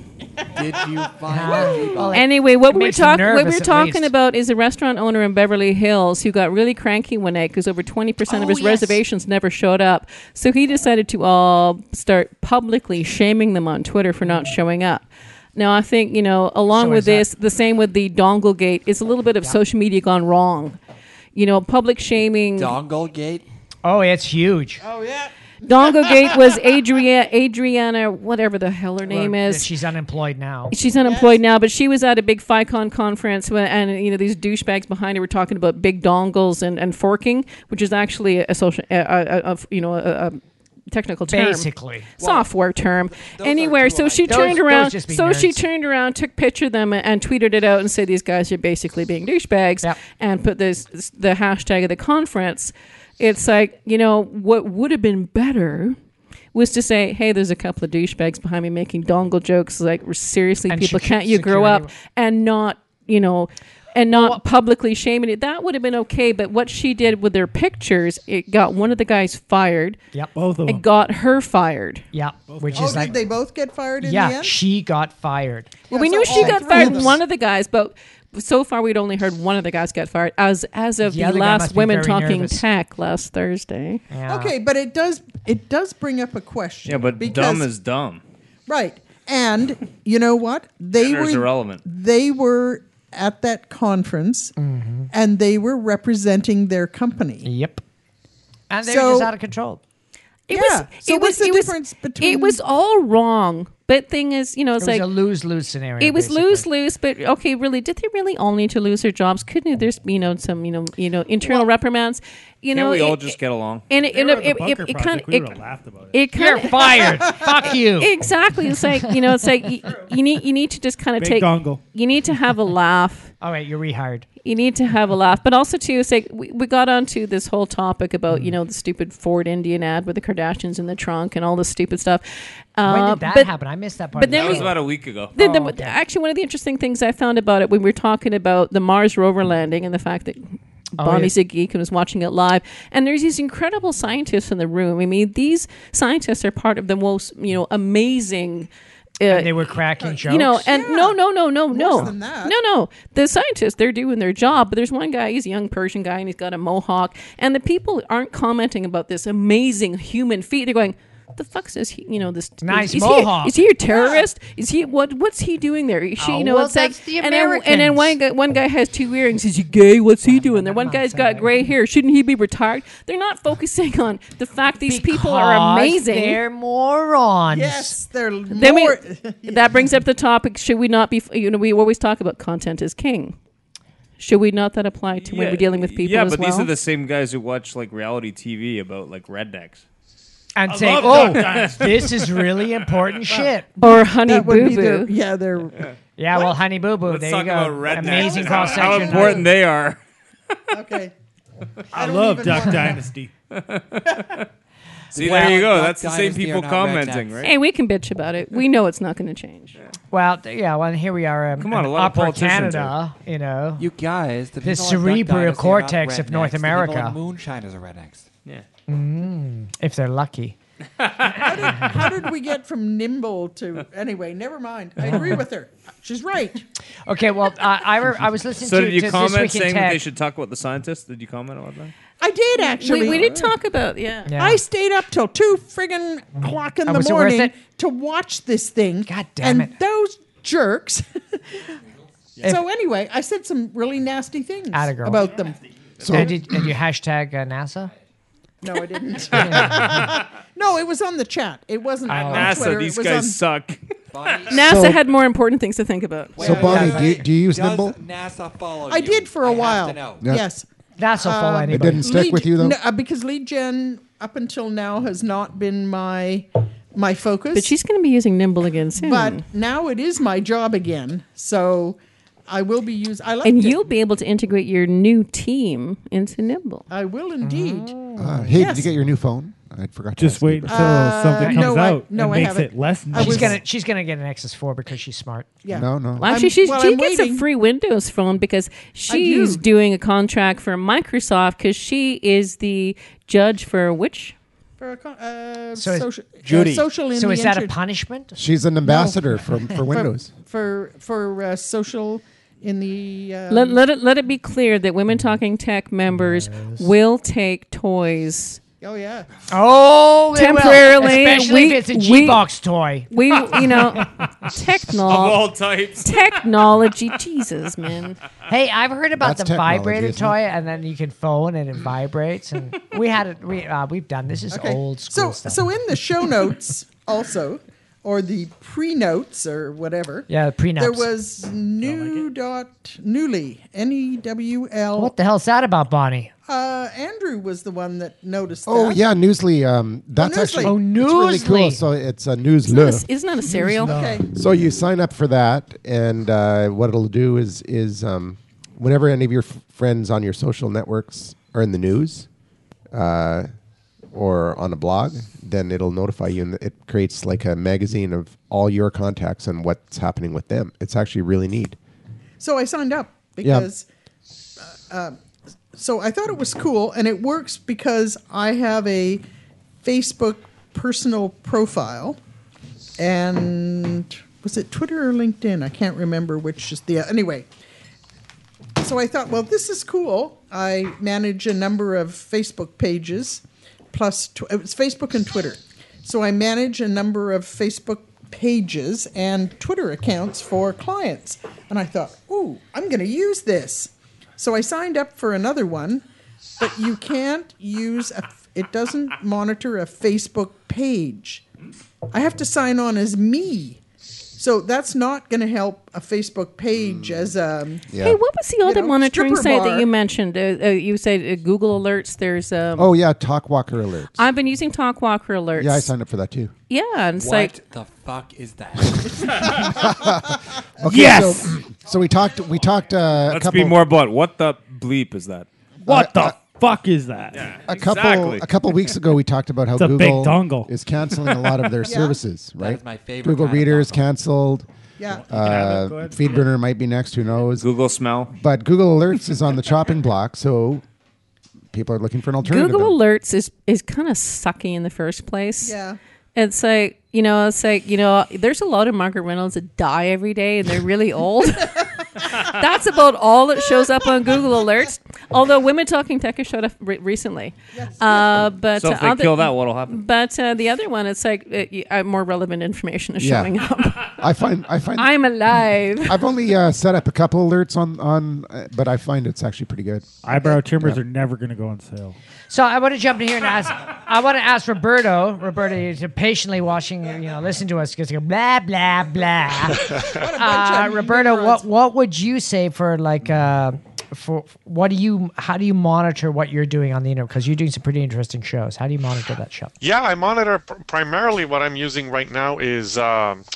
Did you find Well, it- anyway, what it we were makes them talking what we nervous were at talking least. about is a restaurant owner in Beverly Hills who got really cranky one night because over twenty percent of Oh, his yes. reservations never showed up. So he decided to all start publicly shaming them on Twitter for not showing up. Now I think you know, along So with is that- this, the same with the dongle gate. It's a little bit of social media gone wrong. You know, public shaming. Dongle gate. Oh, it's huge. Dongle Gate was Adriana, Adriana, whatever the hell her name Well, is. She's unemployed now. She's unemployed now, but she was at a big FICON conference, when, and you know these douchebags behind her were talking about big dongles and, and forking, which is actually a social, a, a, a, you know, a, a technical term, Basically. software term. Anywhere, so she Those- turned those around, just be so she nerds. turned around, took picture of them, and tweeted it out and said these guys are basically being douchebags, and put this the hashtag of the conference. It's like you know what would have been better was to say, hey, there's a couple of douchebags behind me making dongle jokes. Like, seriously, And people, should- can't you grow security- up and not, you know, and not publicly shaming it? That would have been okay. But what she did with their pictures, it got one of the guys fired. Yep. Both It got her fired. Yeah, which oh, is did like they both get fired in the yeah, end? she got fired. Well, we knew she got fired. One of the guys, but so far we'd only heard one of the guys got fired. As as of The the, other guy must last be women very talking nervous. tech last Thursday. Okay, but it does it does bring up a question. Yeah, but because- dumb is dumb. Right. And you know what? They Gender's were irrelevant. They were at that conference and they were representing their company. Yep. And they're So- just out of control. It Yeah. was. So it what's was, the it was- difference It between- was all wrong. But thing is, you know, It it's was like a lose lose scenario. It was basically. lose lose, but okay, really, did they really all need to lose their jobs? Couldn't there's you know some you know you know internal reprimands? You Can't know, we all it- just get along? And it, They and it, were at the it, Bunker it, it Project, kind of we it, would've laughed about it You're kinda- fired. Fuck you. Exactly. It's like you know, it's like you, you need you need to just kind of Big take dongle. you need to have a laugh All right, you're rehired. you need to have a laugh but also too it's like we, we got onto this whole topic about Mm. you know the stupid ford indian ad with the kardashians in the trunk and all this stupid stuff when Uh, did that but- happen? I missed that part. but of the then That was show. about a week ago. the, Oh, the, actually one of the interesting things i found about it when we were talking about the mars rover landing and the fact that Oh, Bonnie's yeah. a geek and was watching it live. And there's these incredible scientists in the room. I mean, these scientists are part of the most you know amazing. Uh, and they were cracking jokes. you know, and no, no, no, no, no, than that. no, no. The scientists they're doing their job, but there's one guy. He's a young Persian guy, and he's got a mohawk. And the people aren't commenting about this amazing human feat. They're going, "The fuck's this? You know, this Nice is mohawk. He, is he a terrorist? Is he what? What's he doing there? Is she, Oh, you know, well, it's like, that's the and then, and then one guy, one guy has two earrings. Is he gay? What's he doing there? One guy's got gray hair. Shouldn't he be retired? They're not focusing on the fact these people are Because amazing. They're morons. Yes, they're Then we, more- that brings up the topic: Should we not be? You know, we always talk about content is king. Should we not that apply to when we're dealing with people Yeah, as but well? these are the same guys who watch like reality TV about like rednecks. and I say, love "Oh, duck dynasty." this is really important shit." Or Honey That would be Boo their- Boo. yeah, they're Yeah, well, Honey Boo Boo. There you talk go. about rednecks Amazing and cross how- how section. important they are. okay. I don't love even Duck wanna- Dynasty. See, Well, there you go. Duck That's the same Dynasty are people not commenting, rednecks. right? Hey, we can bitch about it. We know it's not going to change. Well, th- yeah. Well, and here we are. Um, Come on, in a lot of upper politicians Canada. You know, you guys, the the people on Duck Dynasty are cerebral not cortex rednecks. of North The people on America. Moonshiners are rednecks. Yeah. Mm, if they're lucky. How did, how did we get from nimble to anyway? Never mind. I agree with her. She's right. Okay, well, uh, I re- I was listening So to, did you to this comment week in saying that tech. they should talk about the scientists? Did you comment on that? I did actually. We, we did talk about yeah. I stayed up till two friggin' o'clock in Oh, the was it worth morning it? to watch this thing. God damn and Those jerks. so anyway, I said some really nasty things Atta girl. about them. So did, did you hashtag uh, NASA? No, I didn't. no, it was on the chat. It wasn't At on NASA, Twitter. these it was guys on- suck. NASA So- had more important things to think about. So, Bonnie, do you, do you use Nimble? NASA follow Oh, I did for a while. Yeah. Yes. That's will follow It anybody. didn't stick lead- with you, though? no, uh, because lead gen up until now has not been my my focus. But she's going to be using Nimble again soon. But now it is my job again, so I will be used. I like and it. you'll be able to integrate your new team into Nimble. I will indeed. Uh, hey, Yes. did you get your new phone? I forgot. Just to ask you wait about till that. something Uh, comes no, I- Oh, out no, and I makes haven't. it less I She's was- gonna she's gonna get an XS4 because she's smart. Yeah. No, no. Well, actually, she's, well, she I'm gets a waiting. free Windows phone because she's do. doing a contract for Microsoft because she is the judge for which For a con- uh, So is- social, uh, Judy. social in So the is that a inter- punishment? She's an ambassador for, for Windows. for for uh, social in the um, let, let it let it be clear that Women Talking Tech members will take toys. Oh yeah. Oh, they will. temporarily, especially we, if it's a we- G-box toy. We you know techno Of all types. technology. Jesus, man. Hey, I've heard about That's the technology, vibrator isn't it? toy, and then you can phone and it vibrates. And we had it. We uh, we've done this. Is old so school stuff. so in the show notes also or the pre notes or whatever. Yeah, the pre-notes. There was new dot newly n e w l. what the hell's that about, Bonnie? Uh, Andrew was the one that noticed. Oh that. yeah, Newsly. Um, that's Newsly. actually Oh, It's really cool. Newsly. So it's a Isn't newsletter. that a cereal? E Okay. So you sign up for that, and uh, what it'll do is is um, whenever any of your f- friends on your social networks are in the news, uh, or on a blog, then it'll notify you, and it creates like a magazine of all your contacts and what's happening with them. It's actually really neat. So I signed up Yeah. because. Uh, uh, so I thought it was cool, and it works because I have a Facebook personal profile, and was it Twitter or LinkedIn? I can't remember which is the anyway. So I thought, well, this is cool. I manage a number of Facebook pages, plus tw- it was Facebook and Twitter. So I manage a number of Facebook pages and Twitter accounts for clients. And I thought, ooh, I'm going to use this. So I signed up for another one, but you can't use a, it doesn't monitor a Facebook page. I have to sign on as me. So that's not going to help a Facebook page as a Hey, what was the You other know, monitoring stripper site that bar. you mentioned? Uh, uh, you said uh, Google Alerts. There's um, Oh yeah, Talk Walker Alert. I've been using TalkWalker Alerts. Yeah, I signed up for that too. Yeah, and it's what like the fuck is that? Okay, So, so we talked. We talked uh, a Let's couple. Uh, be more blunt. What the bleep is that? What the fuck is that? a couple a couple weeks ago we talked about how It's a big Google dongle. is canceling a lot of their Yeah. services, That right? is my favorite Google kind of Reader is canceled. Yeah. Uh, feed burner might be next. Who knows? Google smell. But Google Alerts is on the chopping block, so people are looking for an alternative. Google Alerts is is kind of sucky in the first place. Yeah. It's like you know, it's like you know, there's a lot of Margaret Reynolds that die every day, and they're really old. That's about all that shows up on Google Alerts. Although women talking tech has showed up re- recently, uh, but So if they other- kill that, what'll happen? But uh, the other one, it's like uh, y- uh, more relevant information is Yeah. showing up. I find I find I'm alive. I've only uh, set up a couple alerts on on, uh, but I find it's actually pretty good. Eyebrow timbers Yeah. are never going to go on sale. So I want to jump in here and ask. I want to ask Roberto. Roberto, you're patiently watching, you know, listen to us because you go blah blah blah. uh, Roberto, what what would you say for like uh, for what do you how do you monitor what you're doing on the internet? Because you're doing some pretty interesting shows. How do you monitor that show? Yeah, I monitor uh, pr- primarily what I'm using right now is um,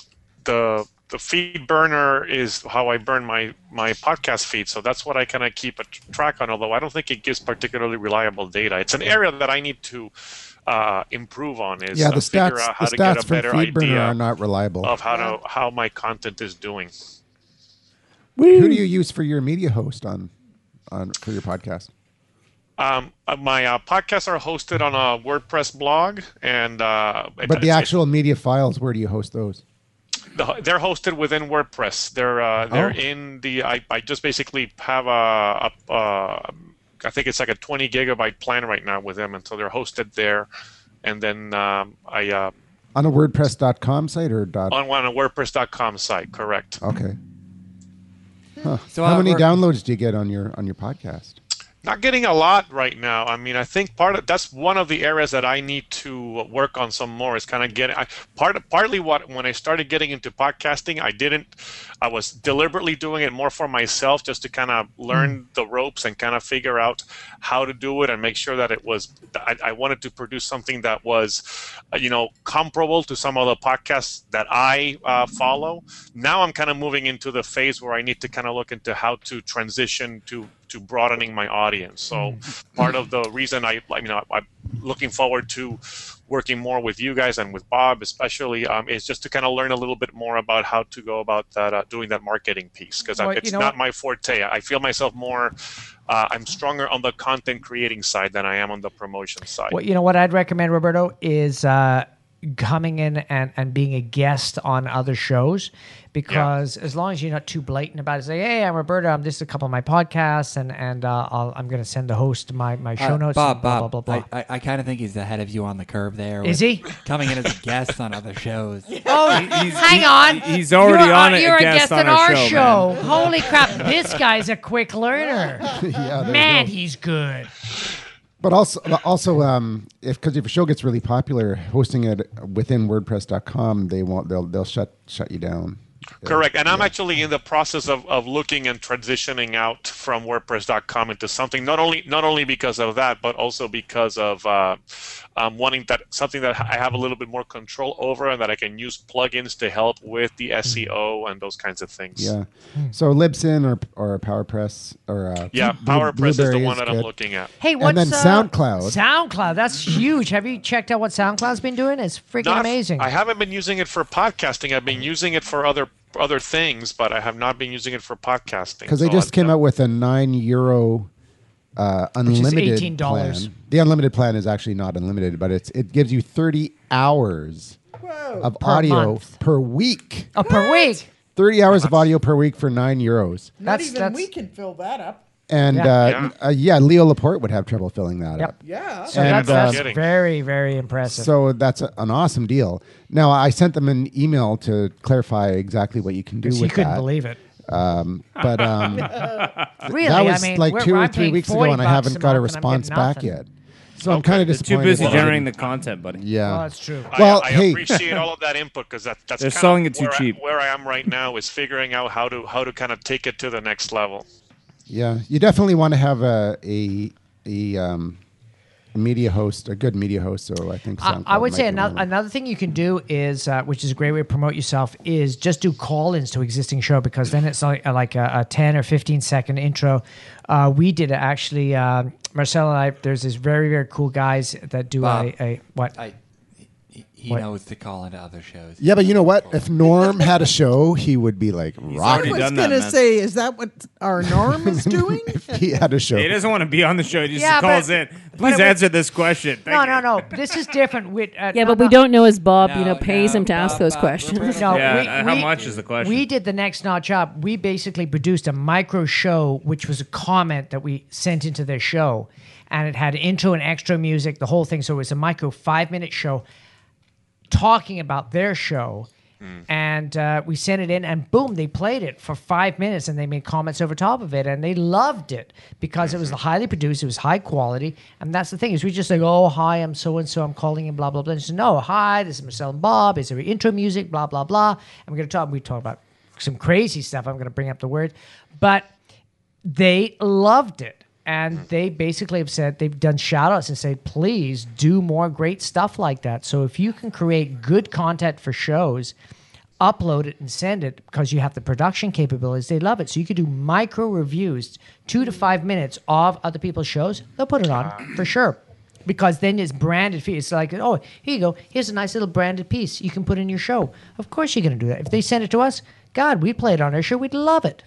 the the feed burner is how I burn my my podcast feed. So that's what I kind of keep a tr- track on. Although I don't think it gives particularly reliable data. It's an area that I need to uh, improve on. Is yeah, uh, the figure stats out how the to get stats a from better feed burner are idea not reliable. of how to how my content is doing. Who do you use for your media host on on for your podcast? Um, uh, my uh, podcasts are hosted on a WordPress blog, and uh, it- But the it's- actual media files, where do you host those? The- they're hosted within WordPress. They're uh, they're Oh. in the. I, I just basically have a, a, a. I think it's like a 20 gigabyte plan right now with them, and so they're hosted there. And then um, I uh, On a WordPress.com site or dot? on on a WordPress.com site. Correct. Okay. Huh. So, how uh, many we're- downloads do you get on your on your podcast? Not getting a lot right now. I mean, I think part of that's one of the areas that I need to work on some more is kind of getting. I, part partly what when I started getting into podcasting, I didn't. I was deliberately doing it more for myself, just to kind of learn the ropes and kind of figure out how to do it and make sure that it was. I, I wanted to produce something that was, uh, you know, comparable to some of the podcasts that I uh, follow. Now I'm kind of moving into the phase where I need to kind of look into how to transition to to broadening my audience. So Mm-hmm. part of the reason I, I mean, I, I'm looking forward to working more with you guys and with Bob, especially, um, is just to kind of learn a little bit more about how to go about that, uh, doing that marketing piece, because Well, it's you know not what? my forte. I feel myself more, uh, I'm stronger on the content creating side than I am on the promotion side. Well, you know what I'd recommend, Roberto, is uh, coming in and, and being a guest on other shows because as long as you're not too blatant about it, say, hey, I'm Roberto, I'm this is a couple of my podcasts, and and uh, I'll, I'm going to send the host my, my show Uh, notes. Bob, and blah, Bob, blah, blah, blah. I, I, I kind of think he's ahead of you on the curve there. Is with he? coming in as a guest on other shows? Oh, hang on. he- he's already you're, on it, You're a a guest guest on on our our show, show. man. Oh, Holy crap! This guy's a quick learner. there's man, no- he's good. But also, also, um, if because if a show gets really popular, hosting it within WordPress.com, they won't. They'll they'll shut shut you down. Correct. And I'm actually in the process of, of looking and transitioning out from WordPress.com into something not only not only because of that, but also because of uh, um, wanting that something that I have a little bit more control over and that I can use plugins to help with the SEO and those kinds of things. Yeah. Hmm. So Libsyn or or PowerPress or uh, Yeah, Blue- PowerPress is the Blueberry one that I'm good. looking at. Hey, what's and then uh, SoundCloud. SoundCloud, that's huge. Have you checked out what SoundCloud's been doing? It's freaking Not- amazing. I haven't been using it for podcasting. I've been using it for other other things, but I have not been using it for podcasting. because they So just came out with a nine euro uh, is unlimited $18. plan. The unlimited plan is actually not unlimited, but it's it gives you thirty hours of Per audio month. per week. Oh, per week. Thirty hours of audio per week for nine euros. That's- Not even that's- we can fill that up. And Yeah. Uh, Yeah. n- uh, yeah, Leo Laporte would have trouble filling that Yep. up. Yeah. So And, that's, uh, that's Kidding. very, very impressive. So that's a, an awesome deal. Now I sent them an email to clarify exactly what you can do with Because he couldn't that. believe it. Um, but um, Really? that I was mean, like we're- two or I'm three paying weeks ago, 40 and I bucks haven't a got a month and I'm response getting back nothing. yet. So I'm kind of They're too disappointed. busy that I generating the didn't- content, buddy. Yeah. Well, that's true. I- Well, I, hey. appreciate all of that input because that, that's They're kind selling of it too where I- cheap. where I am right now is figuring out how to how to kind of take it to the next level. Yeah, you definitely want to have a a a, um, a media host, a good media host. So I think I, I SoundCloud would might say be another, one of another thing you can do is, uh, which is a great way to promote yourself, is just do call-ins to existing show because then it's like, uh, like a, a ten or fifteen second intro. Uh, we did it actually. Uh, Marcel and I. There's this very very cool guys that do Bob. a, a what? I, He What? knows to call into other shows. Yeah, but you know what? If Norm had a show, he would be like I rocking. was going to say, is that what our norm is doing? he had a show. He doesn't want to be on the show. He just Yeah, calls but- in. but Please it would- answer this question. Thank No, no, no. This is different. With, uh, Yeah, no, but we no. don't know is Bob, you know, pays him to ask those questions. No, yeah, we- uh, how we- much is the question? We did the next not job. We basically produced a micro show, which was a comment that we sent into their show, and it had intro and extra music, the whole thing. So it was a micro five minute show talking about their show. And uh, we sent it in, and boom, they played it for five minutes, and they made comments over top of it, and they loved it because it was highly produced, it was high quality, and that's the thing is we just like, oh hi, I'm so and so, I'm calling in, blah blah blah. And she said, no, hi, this is Marcel and Bob. Is there intro music? Blah blah blah. And we're gonna talk. We talk about some crazy stuff. I'm gonna bring up the word, but they loved it. And they basically have said they've done shout outs and say, please do more great stuff like that. So if you can create good content for shows, upload it and send it because you have the production capabilities. They love it. So you could do micro reviews, two to five minutes of other people's shows. They'll put it on for sure. Because then it's branded. for you. It's like, oh, here you go. Here's a nice little branded piece you can put in your show. Of course you're going to do that. If they send it to us, God, we play it on our show. We'd love it.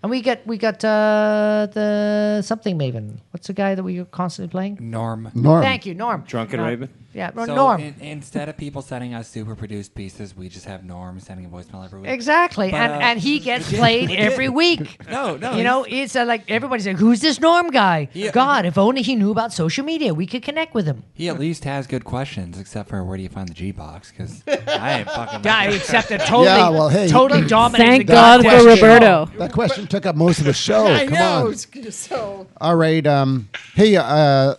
And we got we got uh, the something Maven. What's the guy that we are constantly playing? Norm. Thank you, Norm. Norm. Yeah, no, So Norm. in- instead of people sending us super produced pieces, we just have Norm sending a voicemail every week. Exactly, But, and uh, and he gets played every week. No, no, you know it's uh, like everybody's like, "Who's this Norm guy?" God, if only he knew about social media, we could connect with him. He at least has good questions, except for where do you find the G box? Because I ain't fucking. Yeah, except it totally, Yeah, well, hey, totally dominated. Thank the God for question. Roberto. That question took up most of the show. I Come know. on. it's- So All right. Um, hey, uh,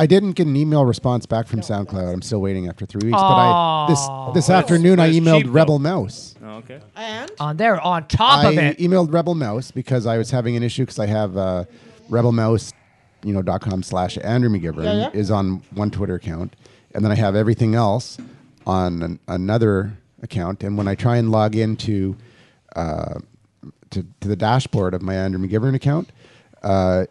I didn't get an email response back from SoundCloud. I'm still waiting after three weeks. But I Aw. this this That's- afternoon I that's emailed cheap, though. Rebel Mouse. Oh, okay. And on there, on top I of it, emailed Rebel Mouse because I was having an issue because I have uh, Rebel Mouse, you know, dot com slash Andrew McGivern Yeah, yeah. is on one Twitter account, and then I have everything else on an, another account. And when I try and log into uh, to, to the dashboard of my Andrew McGivern account, uh,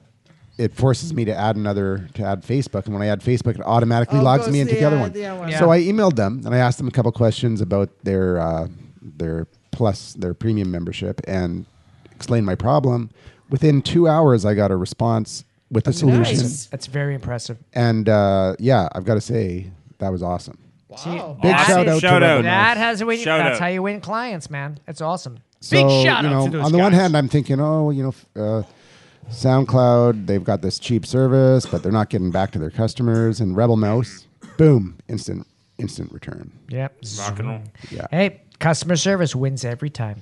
it forces me to add another to add Facebook, and when I add Facebook, it automatically Oh, logs goes me into the, the other uh, one. the other one. So Yeah. I emailed them and I asked them a couple questions about their uh, their plus their premium membership and explained my problem. Within two hours, I got a response with a solution, Nice. That's very impressive. and uh, yeah, I've got to say that was awesome. Wow. Big shout out to Rebel Mouse. That has a win. Shout that's out. how you win clients, man. That's awesome. So, Big shout you know, out to those on the one guys. hand, I'm thinking, oh, you know, f- uh, SoundCloud, they've got this cheap service, but they're not getting back to their customers. And Rebel Mouse, boom, instant, instant return. Yep. Rock and roll. Yeah. Hey, customer service wins every time.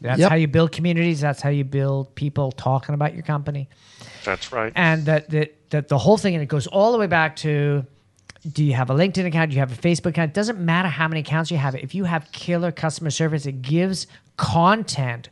That's Yep. how you build communities. That's how you build people talking about your company. That's right. And that that, that the whole thing, and it goes all the way back to do you have a LinkedIn account? Do you have a Facebook account? It doesn't matter how many accounts you have. If you have killer customer service, it gives content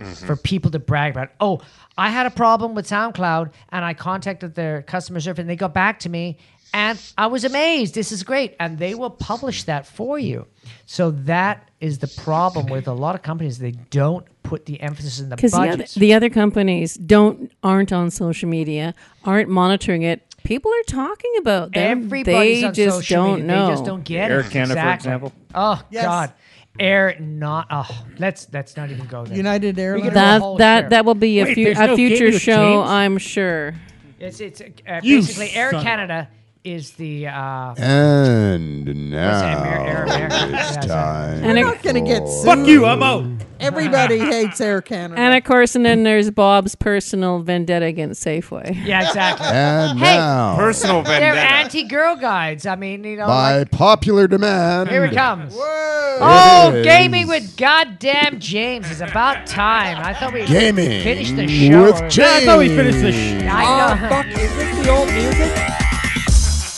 Mm-hmm. for people to brag about. Oh, I had a problem with SoundCloud and I contacted their customer service and they got back to me and I was amazed. This is great. And they will publish that for you. So that is the problem with a lot of companies. They don't put the emphasis in the Because the other, budget. the other companies don't aren't on social media, aren't monitoring it. People are talking about them. Everybody's they on just social don't media. know. They just don't get Air it. Canada, for exactly. example. Oh Yes. God, Air not. Oh, let's let's not even go there. United We could do Airlines. a whole that show. that that will be a, Wait, fu- there's a no future Gator show, James? I'm sure. It's it's uh, uh, You basically Air son of a- Canada is the uh, And Air now America? it's Yeah, sorry. time. And we're it- not going to get for- sued. Everybody hates Air Canada. And of course, and then there's Bob's personal vendetta against Safeway. Yeah, exactly. And hey, now, Personal They're vendetta. anti-girl guides. I mean, you know, by like, popular demand. here it comes. It Oh, is. gaming with goddamn James is about time. I thought we Gaming finished the show. with James. Oh, Yeah, I thought we finished the show. sh- I know. fuck! Is this the old music?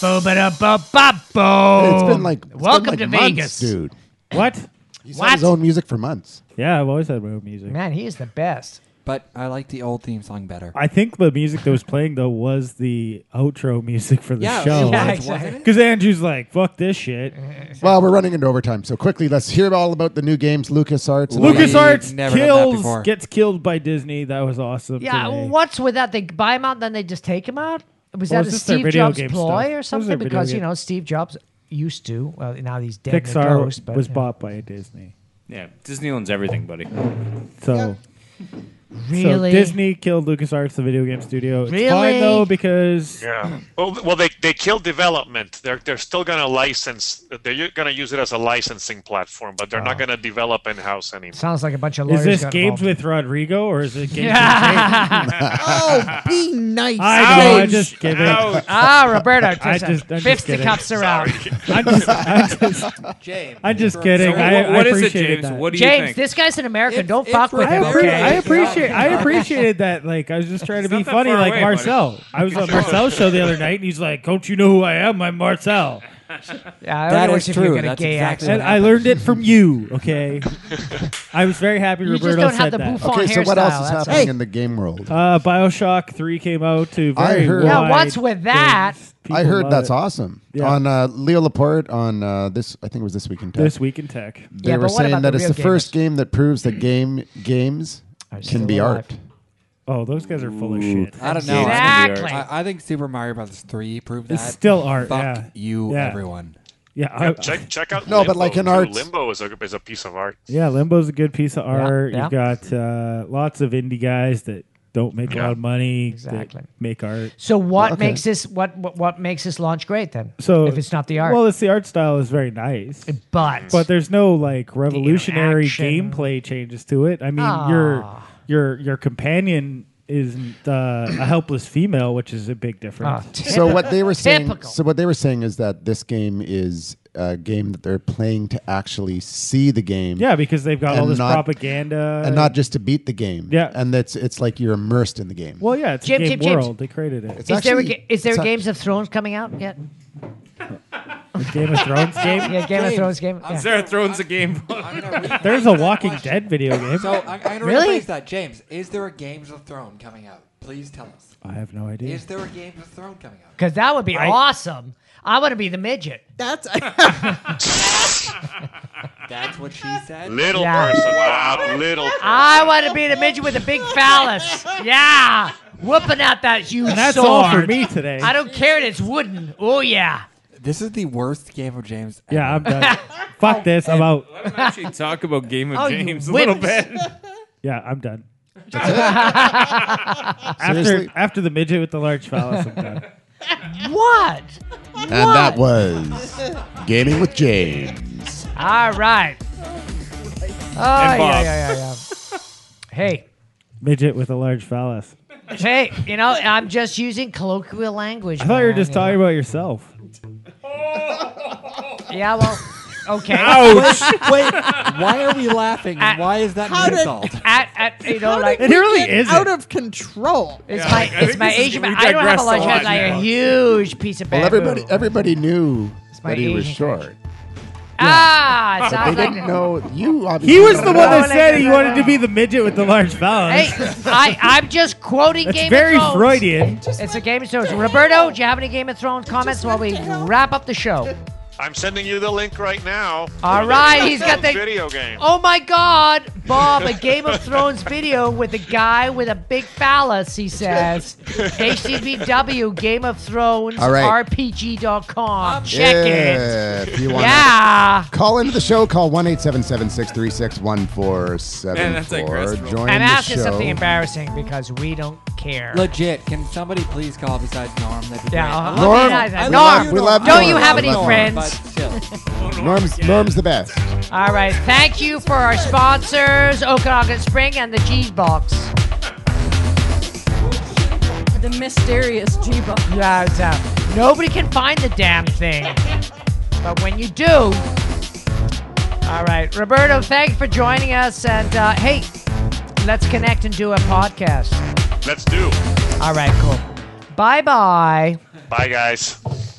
Bo-ba-da-ba-ba-bo. It's been like it's welcome been to like months, Vegas, dude. What? He's What? had his own music for months. Yeah, I've always had my own music. Man, he is the best. But I like the old theme song better. I think the music that was playing though was the outro music for the Yeah, it show. was, Yeah, wasn't exactly. it? Because Andrew's like, "Fuck this shit." Well, we're running into overtime, so quickly let's hear all about the new games, LucasArts. and- LucasArts kills gets killed by Disney. That was awesome. Yeah, today. what's with that? They buy him out, then they just take him out. Was Well, that a it's just their Steve video Jobs game ploy stuff. or It's just their something? video Because you game. know Steve Jobs used to. uh, Well, now these dead and Pixar ghosts, but was yeah. uh, bought by Disney. Yeah, Disney owns everything, buddy. So Really? so Disney killed LucasArts, the video game studio. It's Really? fine though because Yeah. Well, well, they they kill development. They're they're still gonna license. They're gonna use it as a licensing platform, but they're not gonna develop in house anymore. Sounds like a bunch of is lawyers. this got games involved. with Rodrigo or is it games? Yeah. with Jake? Oh, be nice, I know, I Ouch. just give it. Ouch. Ah, Roberto, I just, I'm just kidding. fisticuffs are out. I'm just, I'm just, James, I'm just throw- kidding. So I, what- I what is it, appreciated James? That. What do you James, think? this guy's an American. If- Don't if fuck with Roberto- I, appre- him, I okay? appreciate. I appreciated that. Like I was just trying to be not that funny, far like away, Marcel. buddy. I was on Sure. Marcel's show the other night, and he's like, "Don't you know who I am? I'm Marcel." Yeah, I That always is wish if you true. get a That's gay exactly accent. And what I learned it from you. Okay. I was very happy. You just Roberto don't have said the that. bouffant Okay, so what else hairstyle, is that's all. happening in the game world? Uh, Bioshock Three came out to very I heard. wide things. People I heard love that's it. awesome. Yeah. On uh, Leo Laporte on uh, this, I think it was this week in tech. This Week in Tech. They Yeah, were but what saying about that the it's real the first game that proves that game games can still be alive. art. Oh, those guys are full of shit. I don't know. Exactly. I, I think Super Mario Brothers 3 proved that. It's still art, Fuck yeah. you, Yeah. everyone. Yeah, Yeah, I- check check out. No, Limbo, but like an too. art- Oh, Limbo is a is a piece of art. Yeah, Limbo's a good piece of art. yeah. You've got uh, lots of indie guys that don't make a lot of money. Exactly. That make art. So what Okay. makes this what, what what makes this launch great then? So if it's not the art, well, it's the art style is very nice, but but there's no like revolutionary gameplay changes to it. I mean, Ah. your your your companion isn't uh, a helpless female, which is a big Ah, difference. So what they were saying. So what they were saying is that this game is a game that they're playing to actually see the game. Yeah, because they've got all and this propaganda and not just to beat the game. Yeah. and that's it's like you're immersed in the game. well, yeah, it's Jim, a game Jim, James. world. They created it. is there a, ga- is there a Games of Thrones coming out yet? Game of Thrones game? Yeah, Game of Thrones game. Is Yeah. there a Thrones a game? There's a Walking Dead video game. So I'm, I'm going to Really? rephrase that. James, is there a Games of Thrones coming out? Please tell us. I have no idea. Is there a Games of Thrones coming out? Because that would be I- awesome. I want to be the midget. That's That's what she said. Little Yeah. person, Bob. Little. I want to be the midget with a big phallus. Yeah, whooping out that huge And that's sword. all for me today. I don't care that it's wooden. Oh yeah. This is the worst game of James. Yeah, I'm done. Fuck this. I'm out. Why don't we actually talk about Game of Oh, you James a little wimps. bit? Yeah, I'm done. Seriously? after after the midget with the large phallus, I'm done. What? And that was gaming with James. All right. Oh yeah, yeah, yeah, yeah. Hey, Midget with a large phallus. hey, you know, I'm just using colloquial language. I thought you were man, just talking about yourself. Yeah, well, okay. Ouch. Wait, why are we laughing? At- why is that How an did- insult? At, at you know, like It really is out of control. It's my it's my Asian. man. I don't have a large head. Like a huge piece of. Well, bamboo. everybody everybody knew my that he was Asian short. Ah, it But sounds they like didn't know you. Obviously He was the one that know. said he wanted to be the midget with the large phallus. Hey, I, I'm just quoting That's Game very of Thrones. Freudian. It's a Game of Thrones. Roberto, do you have any Game of Thrones comments while we wrap up the show? I'm sending you the link right now. All right, he's got the video game. Oh my God, Bob! A Game of Thrones video with a guy with a big phallus. He says, "HTTPW Game of Thrones All right. RPG.com. Check it. yeah, If you want Yeah. Call into the show. Call 1 877 636 Man, 1474. Join and the ask us show. something embarrassing because we don't care. Legit, can somebody please call besides Norm? That'd be Yeah, great. I love uh, Norm, you guys. I Norm, love you, we love Don't Norm. you have I any love friends? but still. Norm's, Norm's the best. All right. Thank you for our sponsors, Okanagan Spring and the Cheese Box. The mysterious G box. Yeah, it's out. Nobody can find the damn thing. But when you do. All right. Roberto, thank you for joining us. And uh, hey, let's connect and do a podcast. Let's do. All right, cool. Bye bye. Bye, guys.